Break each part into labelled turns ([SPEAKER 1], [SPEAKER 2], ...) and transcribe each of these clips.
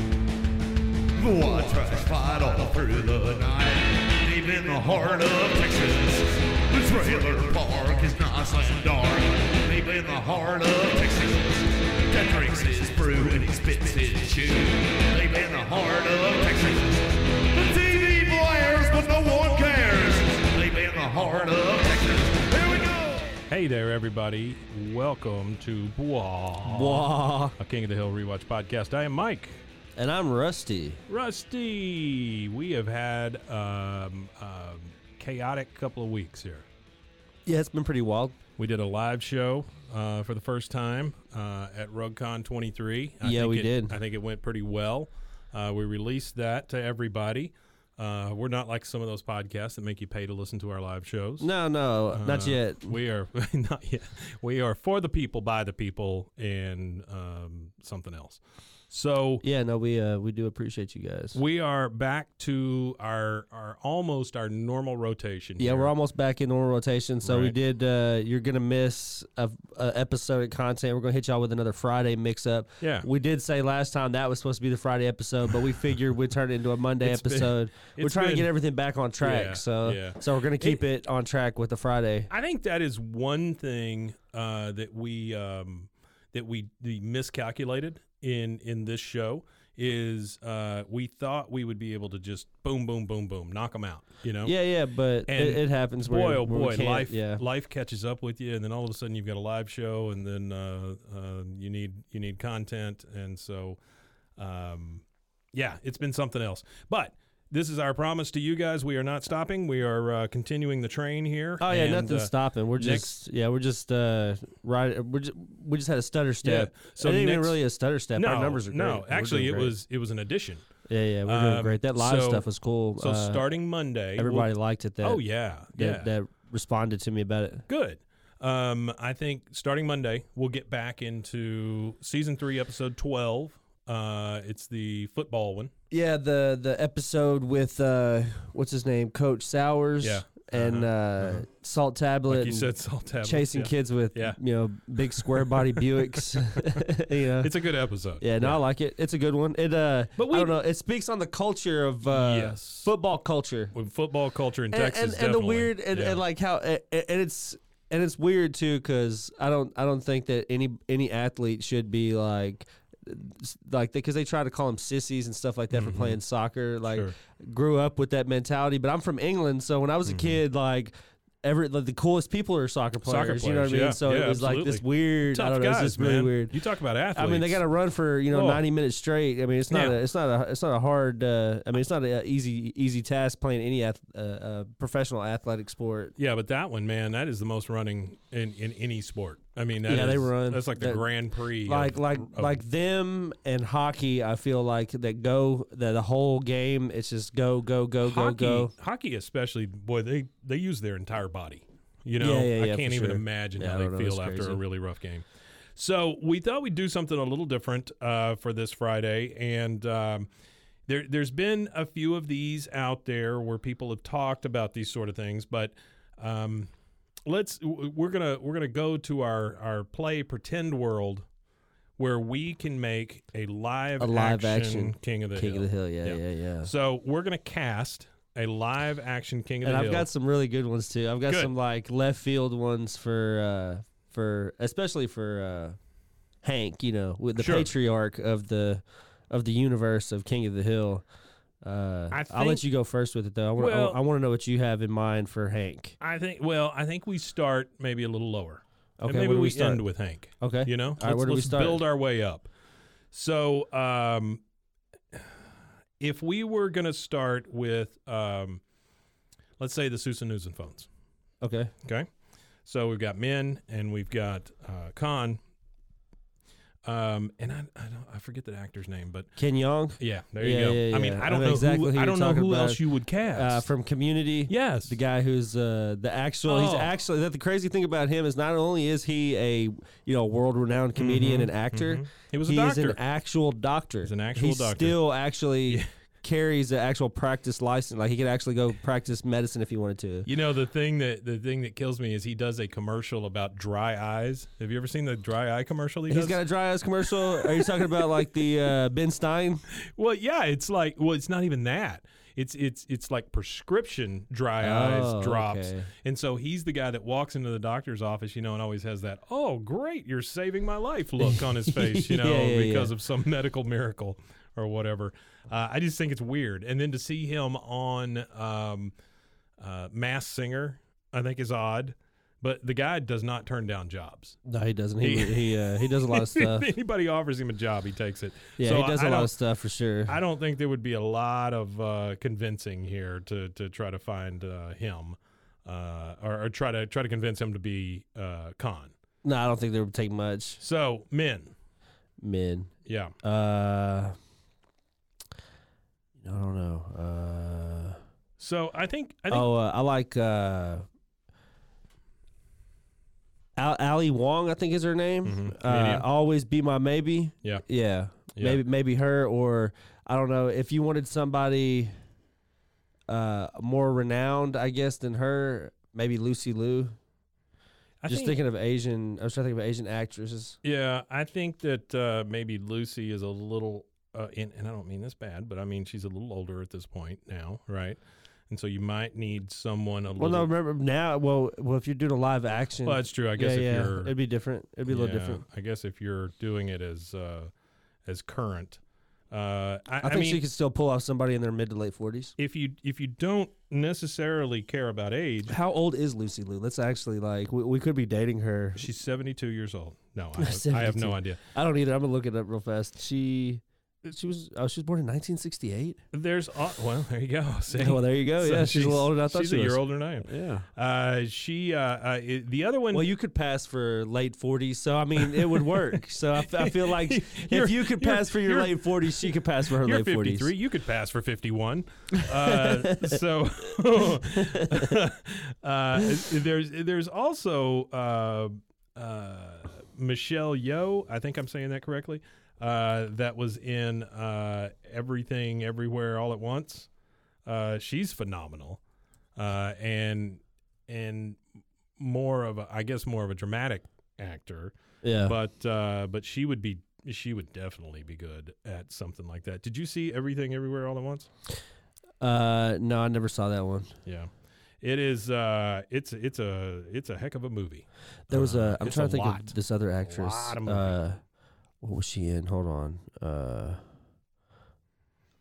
[SPEAKER 1] The Watrash fight all through the night. Deep in the heart of Texas. The trailer park is nice and dark. Deep in the heart of Texas. Ted drinks his brew and he spits his shoe. Deep in the heart of Texas. The TV blares, but no one cares. Deep in the heart of Texas. Here we go.
[SPEAKER 2] Hey there, everybody. Welcome to Bois,
[SPEAKER 3] Wah.
[SPEAKER 2] a King of the Hill rewatch podcast. I am Mike.
[SPEAKER 3] And I'm rusty.
[SPEAKER 2] Rusty, we have had um, um, chaotic couple of weeks here.
[SPEAKER 3] Yeah, it's been pretty wild.
[SPEAKER 2] We did a live show uh, for the first time uh, at RugCon 23. I
[SPEAKER 3] Yeah,
[SPEAKER 2] think
[SPEAKER 3] we
[SPEAKER 2] it-
[SPEAKER 3] did.
[SPEAKER 2] I think it went pretty well. Uh, we released that to everybody. Uh, we're not like some of those podcasts that make you pay to listen to our live shows.
[SPEAKER 3] No, no, not
[SPEAKER 2] Uh,
[SPEAKER 3] yet.
[SPEAKER 2] We are not yet. We are for the people, by the people, and um, something else. So
[SPEAKER 3] Yeah, no, we uh, we do appreciate you guys.
[SPEAKER 2] we are back to our our almost our normal rotation.
[SPEAKER 3] yeah,
[SPEAKER 2] here.
[SPEAKER 3] we're almost back in normal rotation. So we
[SPEAKER 2] Right.
[SPEAKER 3] did. Uh, you're gonna miss a, a episode of content. We're gonna hit y'all with another Friday mix up.
[SPEAKER 2] Yeah.
[SPEAKER 3] we did say last time that was supposed to be the Friday episode, but we figured we'd turn it into a Monday
[SPEAKER 2] It's been-
[SPEAKER 3] episode. we're
[SPEAKER 2] it's
[SPEAKER 3] trying to
[SPEAKER 2] been-
[SPEAKER 3] get everything back on track.
[SPEAKER 2] Yeah,
[SPEAKER 3] so
[SPEAKER 2] yeah.
[SPEAKER 3] so we're gonna keep it, on track with the Friday.
[SPEAKER 2] I think that is one thing uh, that we um, that we, we miscalculated in in this show is uh, we thought we would be able to just boom boom boom boom knock them out. You know.
[SPEAKER 3] Yeah, yeah, but
[SPEAKER 2] And
[SPEAKER 3] it, it happens.
[SPEAKER 2] Boy,
[SPEAKER 3] where,
[SPEAKER 2] oh
[SPEAKER 3] where we
[SPEAKER 2] boy,
[SPEAKER 3] can't-
[SPEAKER 2] life
[SPEAKER 3] Yeah,
[SPEAKER 2] life catches up with you, and then all of a sudden you've got a live show, and then uh, uh, you need you need content, and so, um, yeah, it's been something else. But this is our promise to you guys: we are not stopping. We are uh, continuing the train here.
[SPEAKER 3] Oh yeah,
[SPEAKER 2] and,
[SPEAKER 3] nothing's
[SPEAKER 2] uh,
[SPEAKER 3] stopping. We're
[SPEAKER 2] next-
[SPEAKER 3] just yeah, we're just uh right. We're just, we just had a stutter step. So
[SPEAKER 2] so
[SPEAKER 3] it ain't even
[SPEAKER 2] next-
[SPEAKER 3] really a stutter step.
[SPEAKER 2] No,
[SPEAKER 3] Our numbers are great.
[SPEAKER 2] no.
[SPEAKER 3] We're
[SPEAKER 2] Actually, it
[SPEAKER 3] doing great.
[SPEAKER 2] was it was an addition.
[SPEAKER 3] yeah yeah we're doing
[SPEAKER 2] um,
[SPEAKER 3] great. That live
[SPEAKER 2] so-
[SPEAKER 3] stuff was cool.
[SPEAKER 2] So
[SPEAKER 3] Uh,
[SPEAKER 2] starting Monday, we'll-
[SPEAKER 3] everybody liked it. That
[SPEAKER 2] oh yeah,
[SPEAKER 3] that,
[SPEAKER 2] yeah,
[SPEAKER 3] that responded to me about it.
[SPEAKER 2] good. Um, I think starting Monday we'll get back into season three, episode twelve. Uh, it's the football one.
[SPEAKER 3] Yeah the the episode with uh what's his name Coach Sowers.
[SPEAKER 2] Yeah. uh-huh,
[SPEAKER 3] And uh, salt tablet,
[SPEAKER 2] Like you
[SPEAKER 3] and
[SPEAKER 2] said, salt tablets.
[SPEAKER 3] chasing
[SPEAKER 2] yeah.
[SPEAKER 3] kids with
[SPEAKER 2] Yeah.
[SPEAKER 3] you know big square body Buicks. you know,
[SPEAKER 2] It's a good episode.
[SPEAKER 3] Yeah, no, I like it. It's a good one. It uh,
[SPEAKER 2] But
[SPEAKER 3] but
[SPEAKER 2] we-
[SPEAKER 3] I don't know. It speaks on the culture of uh,
[SPEAKER 2] Yes.
[SPEAKER 3] football culture
[SPEAKER 2] With football culture in
[SPEAKER 3] and,
[SPEAKER 2] Texas,
[SPEAKER 3] and, and the
[SPEAKER 2] definitely.
[SPEAKER 3] weird and,
[SPEAKER 2] Yeah.
[SPEAKER 3] and like how and, and it's and it's weird too because I don't I don't think that any any athlete should be like s- like because they try to call them sissies and stuff like that for playing soccer. Like
[SPEAKER 2] Mm-hmm. Sure.
[SPEAKER 3] grew up with that mentality, but I'm from England, so when I was
[SPEAKER 2] Mm-hmm.
[SPEAKER 3] a kid, like. Every, like, the coolest people are soccer players,
[SPEAKER 2] Soccer
[SPEAKER 3] you know what I
[SPEAKER 2] players,
[SPEAKER 3] mean.
[SPEAKER 2] yeah,
[SPEAKER 3] so
[SPEAKER 2] yeah,
[SPEAKER 3] it was like this
[SPEAKER 2] absolutely.
[SPEAKER 3] weird. I
[SPEAKER 2] tough
[SPEAKER 3] don't know.
[SPEAKER 2] guys,
[SPEAKER 3] it's just
[SPEAKER 2] man.
[SPEAKER 3] really weird.
[SPEAKER 2] You talk about athletes.
[SPEAKER 3] I mean, they got to run for you know
[SPEAKER 2] Whoa.
[SPEAKER 3] ninety minutes straight. I mean, it's not
[SPEAKER 2] Yeah.
[SPEAKER 3] a, it's not a, it's not a hard. Uh, I mean, it's not an easy, easy task playing any ath- uh, uh, professional athletic sport.
[SPEAKER 2] Yeah, but that one, man, that is the most running in, in any sport. I mean, that
[SPEAKER 3] Yeah, they
[SPEAKER 2] is-
[SPEAKER 3] run.
[SPEAKER 2] That's like the
[SPEAKER 3] That-
[SPEAKER 2] Grand Prix.
[SPEAKER 3] Like,
[SPEAKER 2] of-
[SPEAKER 3] like,
[SPEAKER 2] of-
[SPEAKER 3] like them and hockey. I feel like that go that the whole game. It's just go, go, go,
[SPEAKER 2] hockey,
[SPEAKER 3] go, go.
[SPEAKER 2] hockey especially. Boy, they they use their entire body. You know,
[SPEAKER 3] Yeah, yeah,
[SPEAKER 2] I
[SPEAKER 3] yeah,
[SPEAKER 2] can't
[SPEAKER 3] for
[SPEAKER 2] even
[SPEAKER 3] sure.
[SPEAKER 2] imagine
[SPEAKER 3] Yeah,
[SPEAKER 2] how
[SPEAKER 3] I
[SPEAKER 2] they
[SPEAKER 3] don't know,
[SPEAKER 2] feel
[SPEAKER 3] it's
[SPEAKER 2] after a
[SPEAKER 3] crazy.
[SPEAKER 2] really rough game. So we thought we'd do something a little different uh, for this Friday, and um, there there's been a few of these out there where people have talked about these sort of things, but. Um, let's w- we're gonna we're gonna go to our our play pretend world where we can make a live
[SPEAKER 3] A live action
[SPEAKER 2] king of the
[SPEAKER 3] King
[SPEAKER 2] hill
[SPEAKER 3] of the hill. Yeah, yeah, yeah.
[SPEAKER 2] so we're gonna cast a live action King of
[SPEAKER 3] and
[SPEAKER 2] the
[SPEAKER 3] I've
[SPEAKER 2] Hill.
[SPEAKER 3] got some really good ones too. I've got
[SPEAKER 2] Good.
[SPEAKER 3] some like left field ones for uh for especially for uh Hank, you know, with the
[SPEAKER 2] Sure.
[SPEAKER 3] patriarch of the of the universe of King of the Hill. Uh,
[SPEAKER 2] I
[SPEAKER 3] I'll
[SPEAKER 2] think-
[SPEAKER 3] let you go first with it though. I want
[SPEAKER 2] Well-
[SPEAKER 3] I want to know what you have in mind for Hank.
[SPEAKER 2] I think. Well, I think we start maybe a little lower. And
[SPEAKER 3] Okay,
[SPEAKER 2] maybe
[SPEAKER 3] where do
[SPEAKER 2] we,
[SPEAKER 3] we start?
[SPEAKER 2] end with Hank.
[SPEAKER 3] Okay.
[SPEAKER 2] You know,
[SPEAKER 3] All right, where do we
[SPEAKER 2] let's
[SPEAKER 3] start?
[SPEAKER 2] build our way up. So, um, if we were going to start with, um, let's say the Susanusen phones.
[SPEAKER 3] Okay.
[SPEAKER 2] Okay. So we've got Min and we've got uh, Khan. Um, and I, I don't I forget the actor's name, but
[SPEAKER 3] Ken Young
[SPEAKER 2] yeah, there you
[SPEAKER 3] Yeah,
[SPEAKER 2] go.
[SPEAKER 3] yeah,
[SPEAKER 2] I mean,
[SPEAKER 3] yeah.
[SPEAKER 2] I
[SPEAKER 3] I
[SPEAKER 2] don't
[SPEAKER 3] know
[SPEAKER 2] know
[SPEAKER 3] exactly who
[SPEAKER 2] who, I
[SPEAKER 3] you're
[SPEAKER 2] don't know
[SPEAKER 3] talking
[SPEAKER 2] who else
[SPEAKER 3] about.
[SPEAKER 2] you would cast.
[SPEAKER 3] uh, from Community.
[SPEAKER 2] yes,
[SPEAKER 3] The guy who's uh, the actual, he's
[SPEAKER 2] Oh.
[SPEAKER 3] actually that the crazy thing about him is not only is he a you know world renowned comedian and actor,
[SPEAKER 2] Mm-hmm. He was a
[SPEAKER 3] is an
[SPEAKER 2] doctor.
[SPEAKER 3] actual doctor.
[SPEAKER 2] He's an actual
[SPEAKER 3] He
[SPEAKER 2] doctor.
[SPEAKER 3] still actually carries an actual practice license. Like he could actually go practice medicine if he wanted to.
[SPEAKER 2] You know the thing that the thing that kills me is he does a commercial about dry eyes. Have you ever seen the dry eye commercial he
[SPEAKER 3] He's
[SPEAKER 2] does?
[SPEAKER 3] got a dry eyes commercial. Are you talking about like the uh, Ben Stein?
[SPEAKER 2] well, yeah, it's like well, it's not even that. It's it's it's like prescription dry
[SPEAKER 3] Oh,
[SPEAKER 2] eyes drops.
[SPEAKER 3] okay.
[SPEAKER 2] And so he's the guy that walks into the doctor's office, you know, and always has that, "Oh, great, you're saving my life" look on his face, you know,
[SPEAKER 3] Yeah, yeah,
[SPEAKER 2] because
[SPEAKER 3] yeah.
[SPEAKER 2] of some medical miracle or whatever. Uh, I just think it's weird. And then to see him on um uh Mass Singer, I think is odd. But the guy does not turn down jobs.
[SPEAKER 3] No, he doesn't. He he, uh, he does a lot of stuff.
[SPEAKER 2] If anybody offers him a job, he takes it.
[SPEAKER 3] Yeah,
[SPEAKER 2] so
[SPEAKER 3] he does a
[SPEAKER 2] a
[SPEAKER 3] lot of stuff for sure.
[SPEAKER 2] I don't think there would be a lot of uh, convincing here to to try to find uh, him, uh, or, or try to try to convince him to be uh, Khan.
[SPEAKER 3] no, I don't think they would take much.
[SPEAKER 2] So men,
[SPEAKER 3] Men.
[SPEAKER 2] yeah,
[SPEAKER 3] Uh, I don't know. Uh,
[SPEAKER 2] so I think I think
[SPEAKER 3] oh, uh, I like uh, Al- Ali Wong. I think is her name.
[SPEAKER 2] Mhm.
[SPEAKER 3] Uh,
[SPEAKER 2] Comedian.
[SPEAKER 3] Always be my maybe.
[SPEAKER 2] Yeah.
[SPEAKER 3] yeah,
[SPEAKER 2] Yeah.
[SPEAKER 3] Maybe maybe her or I don't know. If you wanted somebody uh, more renowned, I guess than her, maybe Lucy Liu.
[SPEAKER 2] I
[SPEAKER 3] Just
[SPEAKER 2] think-
[SPEAKER 3] thinking of Asian. I was trying to think of Asian actresses.
[SPEAKER 2] yeah, I think that uh, maybe Lucy is a little, uh, and, and I don't mean this bad, but I mean she's a little older at this point now, right? And so you might need someone a
[SPEAKER 3] Well, no,
[SPEAKER 2] little.
[SPEAKER 3] remember now. Well, well, if you're doing a live action,
[SPEAKER 2] well, that's true. I guess
[SPEAKER 3] yeah,
[SPEAKER 2] if
[SPEAKER 3] yeah.
[SPEAKER 2] you're
[SPEAKER 3] it'd be different. It'd be a little
[SPEAKER 2] Yeah,
[SPEAKER 3] different.
[SPEAKER 2] I guess if you're doing it as uh, as current, uh, I,
[SPEAKER 3] I, think
[SPEAKER 2] mean,
[SPEAKER 3] she could still pull off somebody in their mid to late forties.
[SPEAKER 2] if you if you don't necessarily care about age,
[SPEAKER 3] How old is Lucy Liu? Let's actually like we, we could be dating her.
[SPEAKER 2] she's seventy two years old. No, I have, I have no
[SPEAKER 3] 72.
[SPEAKER 2] idea.
[SPEAKER 3] I don't either. I'm gonna look it up real fast. She she was oh she was born in 1968.
[SPEAKER 2] There's au- well, there you go. See?
[SPEAKER 3] Oh, Well, there you go.
[SPEAKER 2] So
[SPEAKER 3] yeah, she's, a little older than I thought
[SPEAKER 2] she's
[SPEAKER 3] she
[SPEAKER 2] a
[SPEAKER 3] was.
[SPEAKER 2] year older than I am.
[SPEAKER 3] Yeah.
[SPEAKER 2] Uh, she uh, uh, i- the other one.
[SPEAKER 3] Well, you could pass for late 40s, so I mean it would work. so I, f- I feel like
[SPEAKER 2] You're-
[SPEAKER 3] if you could
[SPEAKER 2] you're-
[SPEAKER 3] pass for your
[SPEAKER 2] you're-
[SPEAKER 3] late 40s, she could pass for her
[SPEAKER 2] you're
[SPEAKER 3] late
[SPEAKER 2] 53.
[SPEAKER 3] 40s.
[SPEAKER 2] You could pass for 51. Uh, so uh, there's there's also uh, uh, Michelle Yeoh. I think I'm saying that correctly. Uh, that was in uh, Everything, Everywhere, All at Once. Uh, she's phenomenal, uh, and and more of a, I guess more of a dramatic actor
[SPEAKER 3] Yeah.
[SPEAKER 2] but uh, but she would be she would definitely be good at something like that. Did you see everything everywhere all at once?
[SPEAKER 3] Uh, no, I never saw that one.
[SPEAKER 2] Yeah. It is uh it's it's a it's a heck of a movie.
[SPEAKER 3] There was a.
[SPEAKER 2] Uh,
[SPEAKER 3] I'm
[SPEAKER 2] it's
[SPEAKER 3] trying
[SPEAKER 2] a
[SPEAKER 3] to think
[SPEAKER 2] lot.
[SPEAKER 3] of this other actress.
[SPEAKER 2] lot of movie.
[SPEAKER 3] uh, what was she in? Hold on. Uh,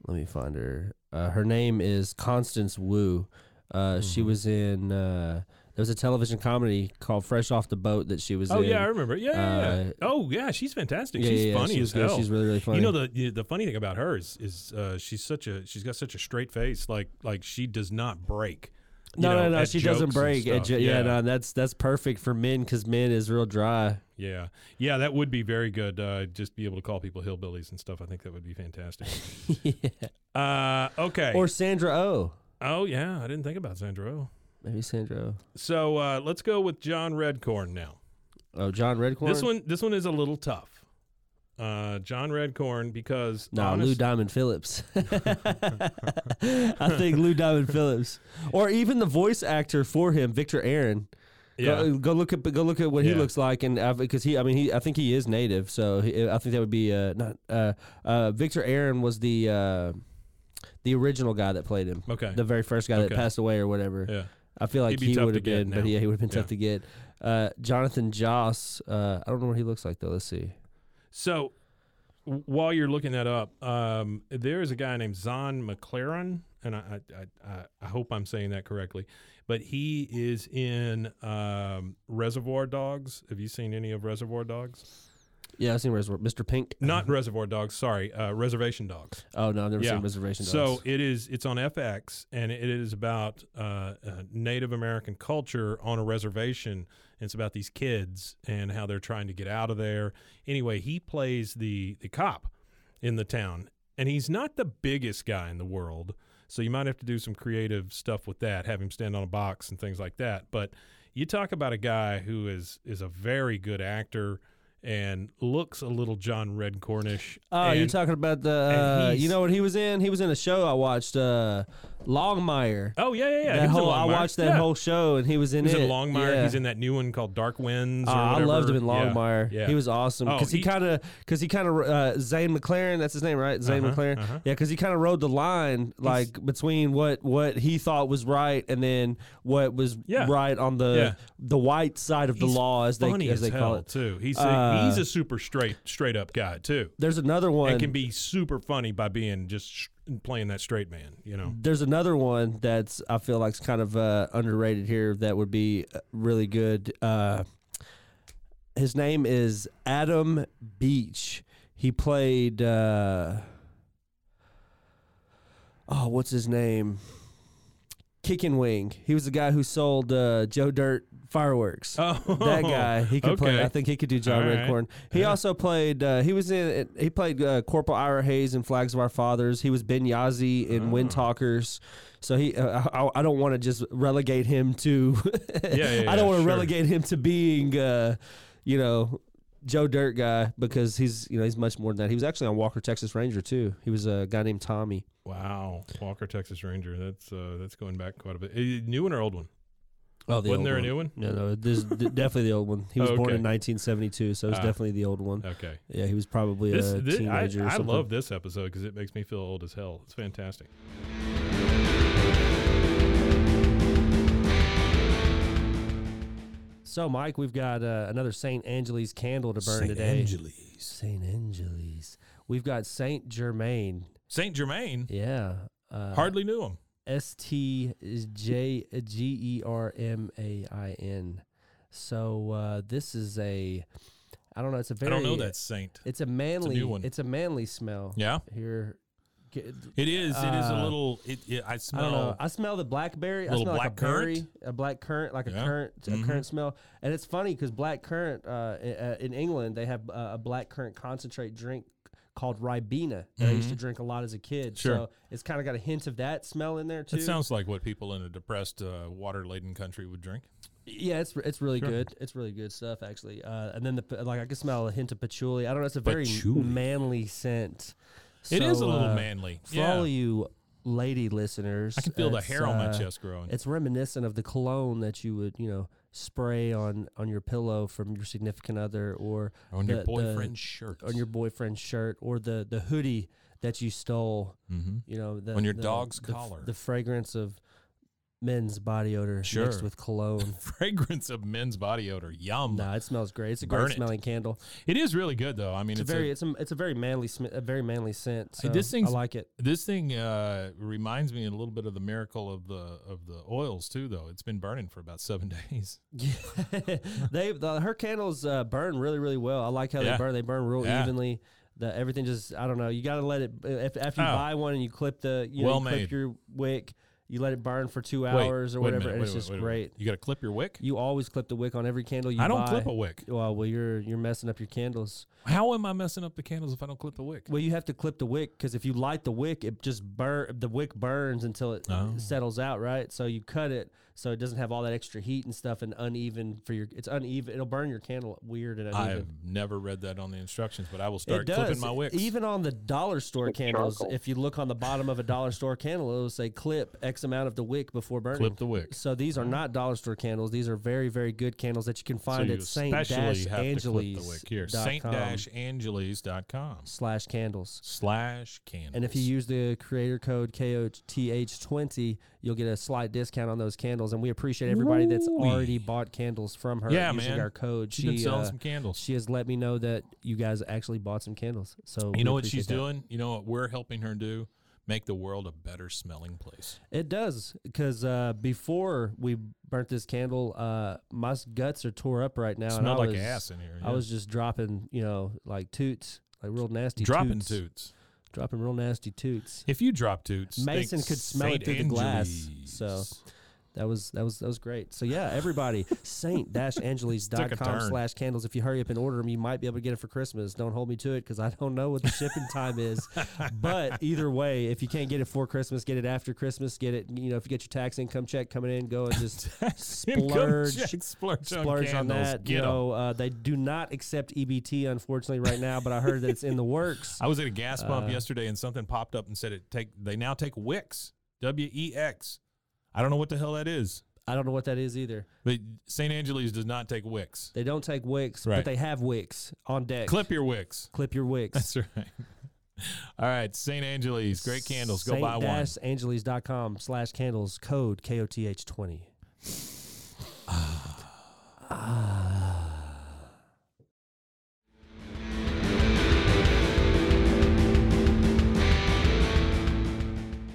[SPEAKER 3] let me find her. Uh, her name is Constance Wu. Uh,
[SPEAKER 2] Mm-hmm.
[SPEAKER 3] She was in. Uh, there was a television comedy called Fresh Off the Boat that she was
[SPEAKER 2] Oh
[SPEAKER 3] in.
[SPEAKER 2] yeah, I remember. Yeah, yeah, yeah.
[SPEAKER 3] uh,
[SPEAKER 2] Oh yeah, she's fantastic.
[SPEAKER 3] Yeah,
[SPEAKER 2] she's
[SPEAKER 3] yeah, yeah,
[SPEAKER 2] funny
[SPEAKER 3] she
[SPEAKER 2] as
[SPEAKER 3] was good.
[SPEAKER 2] hell.
[SPEAKER 3] She's really, really funny.
[SPEAKER 2] You know the the- the funny thing about her is is uh, she's such a she's got such a straight face. Like like she does not break. you
[SPEAKER 3] no,
[SPEAKER 2] know,
[SPEAKER 3] no, no.
[SPEAKER 2] at
[SPEAKER 3] She
[SPEAKER 2] jokes
[SPEAKER 3] doesn't
[SPEAKER 2] and
[SPEAKER 3] break. It
[SPEAKER 2] stuff.
[SPEAKER 3] ju- yeah. no, that's that's perfect for men because men is real dry.
[SPEAKER 2] Yeah, yeah, that would be very good. Uh, just be able to call people hillbillies and stuff. I think that would be fantastic. yeah. Uh, okay.
[SPEAKER 3] Or Sandra Oh.
[SPEAKER 2] oh yeah, I didn't think about Sandra. Oh.
[SPEAKER 3] Maybe Sandra Oh.
[SPEAKER 2] So uh, let's go with John Redcorn now.
[SPEAKER 3] Oh, John Redcorn.
[SPEAKER 2] This one, this one is a little tough. Uh, John Redcorn because
[SPEAKER 3] No, Lou
[SPEAKER 2] honest-
[SPEAKER 3] Diamond Phillips. I think Lou Diamond Phillips, or even the voice actor for him, Victor Aaron.
[SPEAKER 2] yeah,
[SPEAKER 3] Go, go look at go look at what he
[SPEAKER 2] Yeah.
[SPEAKER 3] looks like, and because he, I mean, he, I think he is native, so he, I think that would be uh, not uh, uh, Victor Aaron was the uh, the original guy that played him,
[SPEAKER 2] Okay.
[SPEAKER 3] the very first guy
[SPEAKER 2] Okay.
[SPEAKER 3] that passed away or whatever.
[SPEAKER 2] yeah.
[SPEAKER 3] I feel like
[SPEAKER 2] He'd be
[SPEAKER 3] he
[SPEAKER 2] tough
[SPEAKER 3] would
[SPEAKER 2] to
[SPEAKER 3] have
[SPEAKER 2] get
[SPEAKER 3] been, but
[SPEAKER 2] now.
[SPEAKER 3] yeah, he would have been
[SPEAKER 2] Yeah.
[SPEAKER 3] tough to get. Uh, Jonathan Joss, uh, I don't know what he looks like though. Let's see.
[SPEAKER 2] So w- while you're looking that up, um, there is a guy named Zon McLaren, and I, I, I, I hope I'm saying that correctly, but he is in um, Reservoir Dogs. Have you seen any of Reservoir Dogs?
[SPEAKER 3] Yeah, I've seen Reservoir. Mr. Pink.
[SPEAKER 2] Not Reservoir Dogs, sorry, uh, Reservation Dogs.
[SPEAKER 3] Oh no, I've never
[SPEAKER 2] Yeah.
[SPEAKER 3] seen Reservation Dogs.
[SPEAKER 2] So it is. It's on FX, and it is about uh, uh, Native American culture on a reservation. And it's about these kids and how they're trying to get out of there. Anyway, he plays the the cop in the town, and he's not the biggest guy in the world. So you might have to do some creative stuff with that. Have him stand on a box and things like that. But you talk about a guy who is is a very good actor and looks a little John Red Cornish.
[SPEAKER 3] Oh, you're
[SPEAKER 2] and-
[SPEAKER 3] talking about the.
[SPEAKER 2] and
[SPEAKER 3] Uh,
[SPEAKER 2] he's-
[SPEAKER 3] you know what he was in? He was in a show I watched, uh, Longmire.
[SPEAKER 2] Oh yeah, yeah, yeah. He
[SPEAKER 3] that
[SPEAKER 2] was in
[SPEAKER 3] whole I
[SPEAKER 2] Longmire.
[SPEAKER 3] watched that
[SPEAKER 2] Yeah.
[SPEAKER 3] whole show, and he was in
[SPEAKER 2] He's
[SPEAKER 3] it.
[SPEAKER 2] in Longmire.
[SPEAKER 3] Yeah.
[SPEAKER 2] He's in that new one called Dark Winds.
[SPEAKER 3] Oh,
[SPEAKER 2] or
[SPEAKER 3] I loved him in
[SPEAKER 2] whatever. Yeah,
[SPEAKER 3] Longmire.
[SPEAKER 2] Yeah,
[SPEAKER 3] He was awesome
[SPEAKER 2] Oh,
[SPEAKER 3] because
[SPEAKER 2] he-
[SPEAKER 3] he kind of because he kind of uh, Zane McLaren. That's his name, right? Zane
[SPEAKER 2] Uh-huh,
[SPEAKER 3] McLaren.
[SPEAKER 2] uh-huh.
[SPEAKER 3] Yeah, because he kind of rode the line like between what what he thought was right and then what was
[SPEAKER 2] Yeah.
[SPEAKER 3] right on the
[SPEAKER 2] Yeah.
[SPEAKER 3] the white side of the
[SPEAKER 2] He's
[SPEAKER 3] law, as they
[SPEAKER 2] funny
[SPEAKER 3] as they
[SPEAKER 2] hell
[SPEAKER 3] call it.
[SPEAKER 2] too. He's a,
[SPEAKER 3] Uh,
[SPEAKER 2] he's a super straight straight up guy too,
[SPEAKER 3] There's another one.
[SPEAKER 2] and can be super funny by being just sh- playing that straight man. You know.
[SPEAKER 3] There's another one that's I feel like's kind of uh, underrated here that would be uh, really good. Uh, his name is Adam Beach. He played. Uh, oh, what's his name? Kicking Wing. He was the guy who sold uh, Joe Dirt fireworks.
[SPEAKER 2] Oh,
[SPEAKER 3] That guy, he could play.
[SPEAKER 2] okay.
[SPEAKER 3] I think he could do John
[SPEAKER 2] All right.
[SPEAKER 3] Redcorn. He also played. Uh, he was in. He played uh, Corporal Ira Hayes in Flags of Our Fathers. He was Ben Yazzie in
[SPEAKER 2] Oh.
[SPEAKER 3] Wind Talkers. So he, uh, I, I don't want to just relegate him to.
[SPEAKER 2] yeah,
[SPEAKER 3] I don't
[SPEAKER 2] yeah,
[SPEAKER 3] want to
[SPEAKER 2] sure.
[SPEAKER 3] relegate him to being, uh, you know, Joe Dirt guy because he's you know he's much more than that. He was actually on Walker Texas Ranger too. He was a guy named Tommy.
[SPEAKER 2] Wow, Walker Texas Ranger. That's uh, that's going back quite a bit. Eh, New one or old one?
[SPEAKER 3] Oh, the
[SPEAKER 2] Wasn't
[SPEAKER 3] old
[SPEAKER 2] there a
[SPEAKER 3] one.
[SPEAKER 2] new one?
[SPEAKER 3] No, no, this is d- definitely the old one. He was
[SPEAKER 2] Oh,
[SPEAKER 3] born
[SPEAKER 2] okay.
[SPEAKER 3] in 1972, so it was
[SPEAKER 2] Ah.
[SPEAKER 3] definitely the old one.
[SPEAKER 2] Okay.
[SPEAKER 3] Yeah, he was probably uh,
[SPEAKER 2] This,
[SPEAKER 3] a
[SPEAKER 2] thi- I,
[SPEAKER 3] teenager. or
[SPEAKER 2] I
[SPEAKER 3] something.
[SPEAKER 2] love this episode because it makes me feel old as hell. It's fantastic.
[SPEAKER 3] So, Mike, we've got uh, another St. Angeles candle to burn today. St. Angeles. We've got St. Germain.
[SPEAKER 2] Saint Germain.
[SPEAKER 3] Yeah. Uh,
[SPEAKER 2] Hardly knew him.
[SPEAKER 3] S T J G E R M A I N. So uh, this is a, I don't know. It's a very.
[SPEAKER 2] I don't know that saint.
[SPEAKER 3] It's a manly. It's a,
[SPEAKER 1] one.
[SPEAKER 3] manly smell.
[SPEAKER 2] Yeah.
[SPEAKER 3] Here. Get,
[SPEAKER 2] It is. It is a
[SPEAKER 3] Uh,
[SPEAKER 2] little. It, it,
[SPEAKER 3] I don't
[SPEAKER 2] I
[SPEAKER 3] know.
[SPEAKER 2] smell.
[SPEAKER 3] uh, I smell the blackberry. I
[SPEAKER 2] Little
[SPEAKER 3] smell
[SPEAKER 2] black
[SPEAKER 3] like a
[SPEAKER 2] currant?
[SPEAKER 3] berry, a black currant, like
[SPEAKER 2] Yeah.
[SPEAKER 3] a currant, a
[SPEAKER 1] Mm-hmm.
[SPEAKER 3] currant smell. And it's funny because black currant uh, i- uh, in England they have uh, a black currant concentrate drink called Ribena that I used
[SPEAKER 1] Mm-hmm.
[SPEAKER 3] to drink a lot as a kid.
[SPEAKER 2] Sure.
[SPEAKER 3] So it's kind of got a hint of that smell in there too.
[SPEAKER 1] It sounds like what people in a depressed, uh, water laden country would drink.
[SPEAKER 3] yeah, it's re- it's really good. It's really good stuff actually. Uh, and then the pa- like I can smell a hint of patchouli. I don't know. It's a very
[SPEAKER 1] Patchouli.
[SPEAKER 3] manly scent.
[SPEAKER 1] It is a
[SPEAKER 3] So,
[SPEAKER 1] little
[SPEAKER 3] uh,
[SPEAKER 1] manly.
[SPEAKER 3] For
[SPEAKER 1] Yeah.
[SPEAKER 3] all you lady listeners,
[SPEAKER 1] I can feel the
[SPEAKER 3] it's,
[SPEAKER 1] hair on my
[SPEAKER 3] uh,
[SPEAKER 1] chest growing.
[SPEAKER 3] It's reminiscent of the cologne that you would, you know, spray on on your pillow from your significant other or
[SPEAKER 1] On your
[SPEAKER 3] the- the-
[SPEAKER 1] boyfriend's shirt.
[SPEAKER 3] on your boyfriend's shirt or the the hoodie that you stole.
[SPEAKER 1] Mm-hmm.
[SPEAKER 3] You know, the,
[SPEAKER 1] On your
[SPEAKER 3] the-
[SPEAKER 1] dog's
[SPEAKER 3] the f-
[SPEAKER 1] collar.
[SPEAKER 3] The fragrance of men's body odor
[SPEAKER 1] Sure.
[SPEAKER 3] mixed with cologne.
[SPEAKER 1] Fragrance of men's body odor. Yum.
[SPEAKER 3] nah, it smells great. It's a
[SPEAKER 1] Burn
[SPEAKER 3] great
[SPEAKER 1] it.
[SPEAKER 3] smelling candle.
[SPEAKER 1] It is really good though. I mean,
[SPEAKER 3] It's,
[SPEAKER 1] it's,
[SPEAKER 3] a very
[SPEAKER 1] a-
[SPEAKER 3] it's a it's a very manly sm- a very manly scent.
[SPEAKER 1] Hey,
[SPEAKER 3] So
[SPEAKER 1] this thing's-
[SPEAKER 3] I like it.
[SPEAKER 1] this thing uh, reminds me a little bit of the miracle of the of the oils too. Though it's been burning for about seven days.
[SPEAKER 3] Yeah, they the, her candles uh, burn really really well. I like how
[SPEAKER 1] Yeah.
[SPEAKER 3] they burn. They burn real
[SPEAKER 1] Yeah. evenly.
[SPEAKER 3] evenly. The everything just I don't know. You got to let it if, after you
[SPEAKER 1] Oh.
[SPEAKER 3] buy one and you clip the you, know,
[SPEAKER 1] Well
[SPEAKER 3] you clip
[SPEAKER 1] made.
[SPEAKER 3] your wick, you let it burn for two
[SPEAKER 1] Wait,
[SPEAKER 3] hours or
[SPEAKER 1] wait a
[SPEAKER 3] whatever,
[SPEAKER 1] minute,
[SPEAKER 3] and
[SPEAKER 1] wait
[SPEAKER 3] it's
[SPEAKER 1] a minute,
[SPEAKER 3] just
[SPEAKER 1] wait a minute.
[SPEAKER 3] great.
[SPEAKER 1] You got to clip your wick.
[SPEAKER 3] You always clip the wick on every candle you.
[SPEAKER 1] I don't
[SPEAKER 3] buy.
[SPEAKER 1] clip a wick.
[SPEAKER 3] Well, well, you're you're messing up your candles.
[SPEAKER 1] How am I messing up the candles if I don't clip the wick?
[SPEAKER 3] Well, you have to clip the wick because if you light the wick, it just burn. The wick burns until it
[SPEAKER 1] Oh.
[SPEAKER 3] settles out, right? So you cut it so it doesn't have all that extra heat and stuff, and uneven for your. It's uneven. It'll burn your candle weird and uneven.
[SPEAKER 1] I've never read that on the instructions, but I will start
[SPEAKER 3] it does.
[SPEAKER 1] clipping my wicks.
[SPEAKER 3] Even on the dollar store candles, if you look on the bottom of a dollar store candle, it'll say clip X amount of the wick before burning.
[SPEAKER 2] Clip the wick.
[SPEAKER 3] So these are not dollar store candles. These are very, very good candles that you can find
[SPEAKER 2] so you
[SPEAKER 3] at Saint
[SPEAKER 2] especially
[SPEAKER 3] Dash
[SPEAKER 2] have to clip the wick here. Saint
[SPEAKER 3] Angeles
[SPEAKER 2] Angeles.com
[SPEAKER 3] slash candles.
[SPEAKER 2] slash candles.
[SPEAKER 3] And if you use the creator code KOTH20, you'll get a slight discount on those candles. And we appreciate everybody that's
[SPEAKER 2] Woo-wee.
[SPEAKER 3] already bought candles from her
[SPEAKER 2] Yeah,
[SPEAKER 3] using
[SPEAKER 2] man.
[SPEAKER 3] our code.
[SPEAKER 2] she's been selling
[SPEAKER 3] uh,
[SPEAKER 2] some candles.
[SPEAKER 3] she has let me know that you guys actually bought some candles. So we
[SPEAKER 2] you know what she's
[SPEAKER 3] appreciate that.
[SPEAKER 2] doing? You know what we're helping her do? Make the world a better smelling place.
[SPEAKER 3] It does because uh, before we burnt this candle, uh, my s- guts are tore up right now. and
[SPEAKER 2] Smelled
[SPEAKER 3] I
[SPEAKER 2] like
[SPEAKER 3] was-
[SPEAKER 2] ass in here.
[SPEAKER 3] I
[SPEAKER 2] yeah.
[SPEAKER 3] was just dropping, you know, like toots, like real nasty
[SPEAKER 2] dropping
[SPEAKER 3] toots,
[SPEAKER 2] toots.
[SPEAKER 3] dropping real nasty toots.
[SPEAKER 2] If you drop toots, think
[SPEAKER 3] Mason could smell
[SPEAKER 2] Saint
[SPEAKER 3] it through the glass,
[SPEAKER 2] Angeles.
[SPEAKER 3] so- That was that was that was great. So yeah, everybody, Saint
[SPEAKER 2] Took a turn.
[SPEAKER 3] Angeles.com slash candles. If you hurry up and order them, you might be able to get it for Christmas. Don't hold me to it because I don't know what the shipping time is. But either way, if you can't get it for Christmas, get it after Christmas. Get it, you know, if you get your tax income check coming in, go and just
[SPEAKER 2] Income
[SPEAKER 3] splurge.
[SPEAKER 2] check, splurge, on
[SPEAKER 3] Splurge on
[SPEAKER 2] candles.
[SPEAKER 3] that.
[SPEAKER 2] Get
[SPEAKER 3] you
[SPEAKER 2] 'em.
[SPEAKER 3] know, uh, they do not accept EBT unfortunately right now, but I heard that it's in the works.
[SPEAKER 2] I was at a gas pump
[SPEAKER 3] Uh,
[SPEAKER 2] yesterday and something popped up and said it take they now take Wix. W E X. I don't know what the hell that is.
[SPEAKER 3] I don't know what that is either.
[SPEAKER 2] But St. Angeles does not take Wix.
[SPEAKER 3] They don't take wicks,
[SPEAKER 2] Right.
[SPEAKER 3] but they have wicks on deck.
[SPEAKER 2] Clip your Wix.
[SPEAKER 3] clip your wicks.
[SPEAKER 2] That's right. All right, St. Angeles, great candles. Go buy one.
[SPEAKER 3] Angeles.com slash candles code KOTH twenty.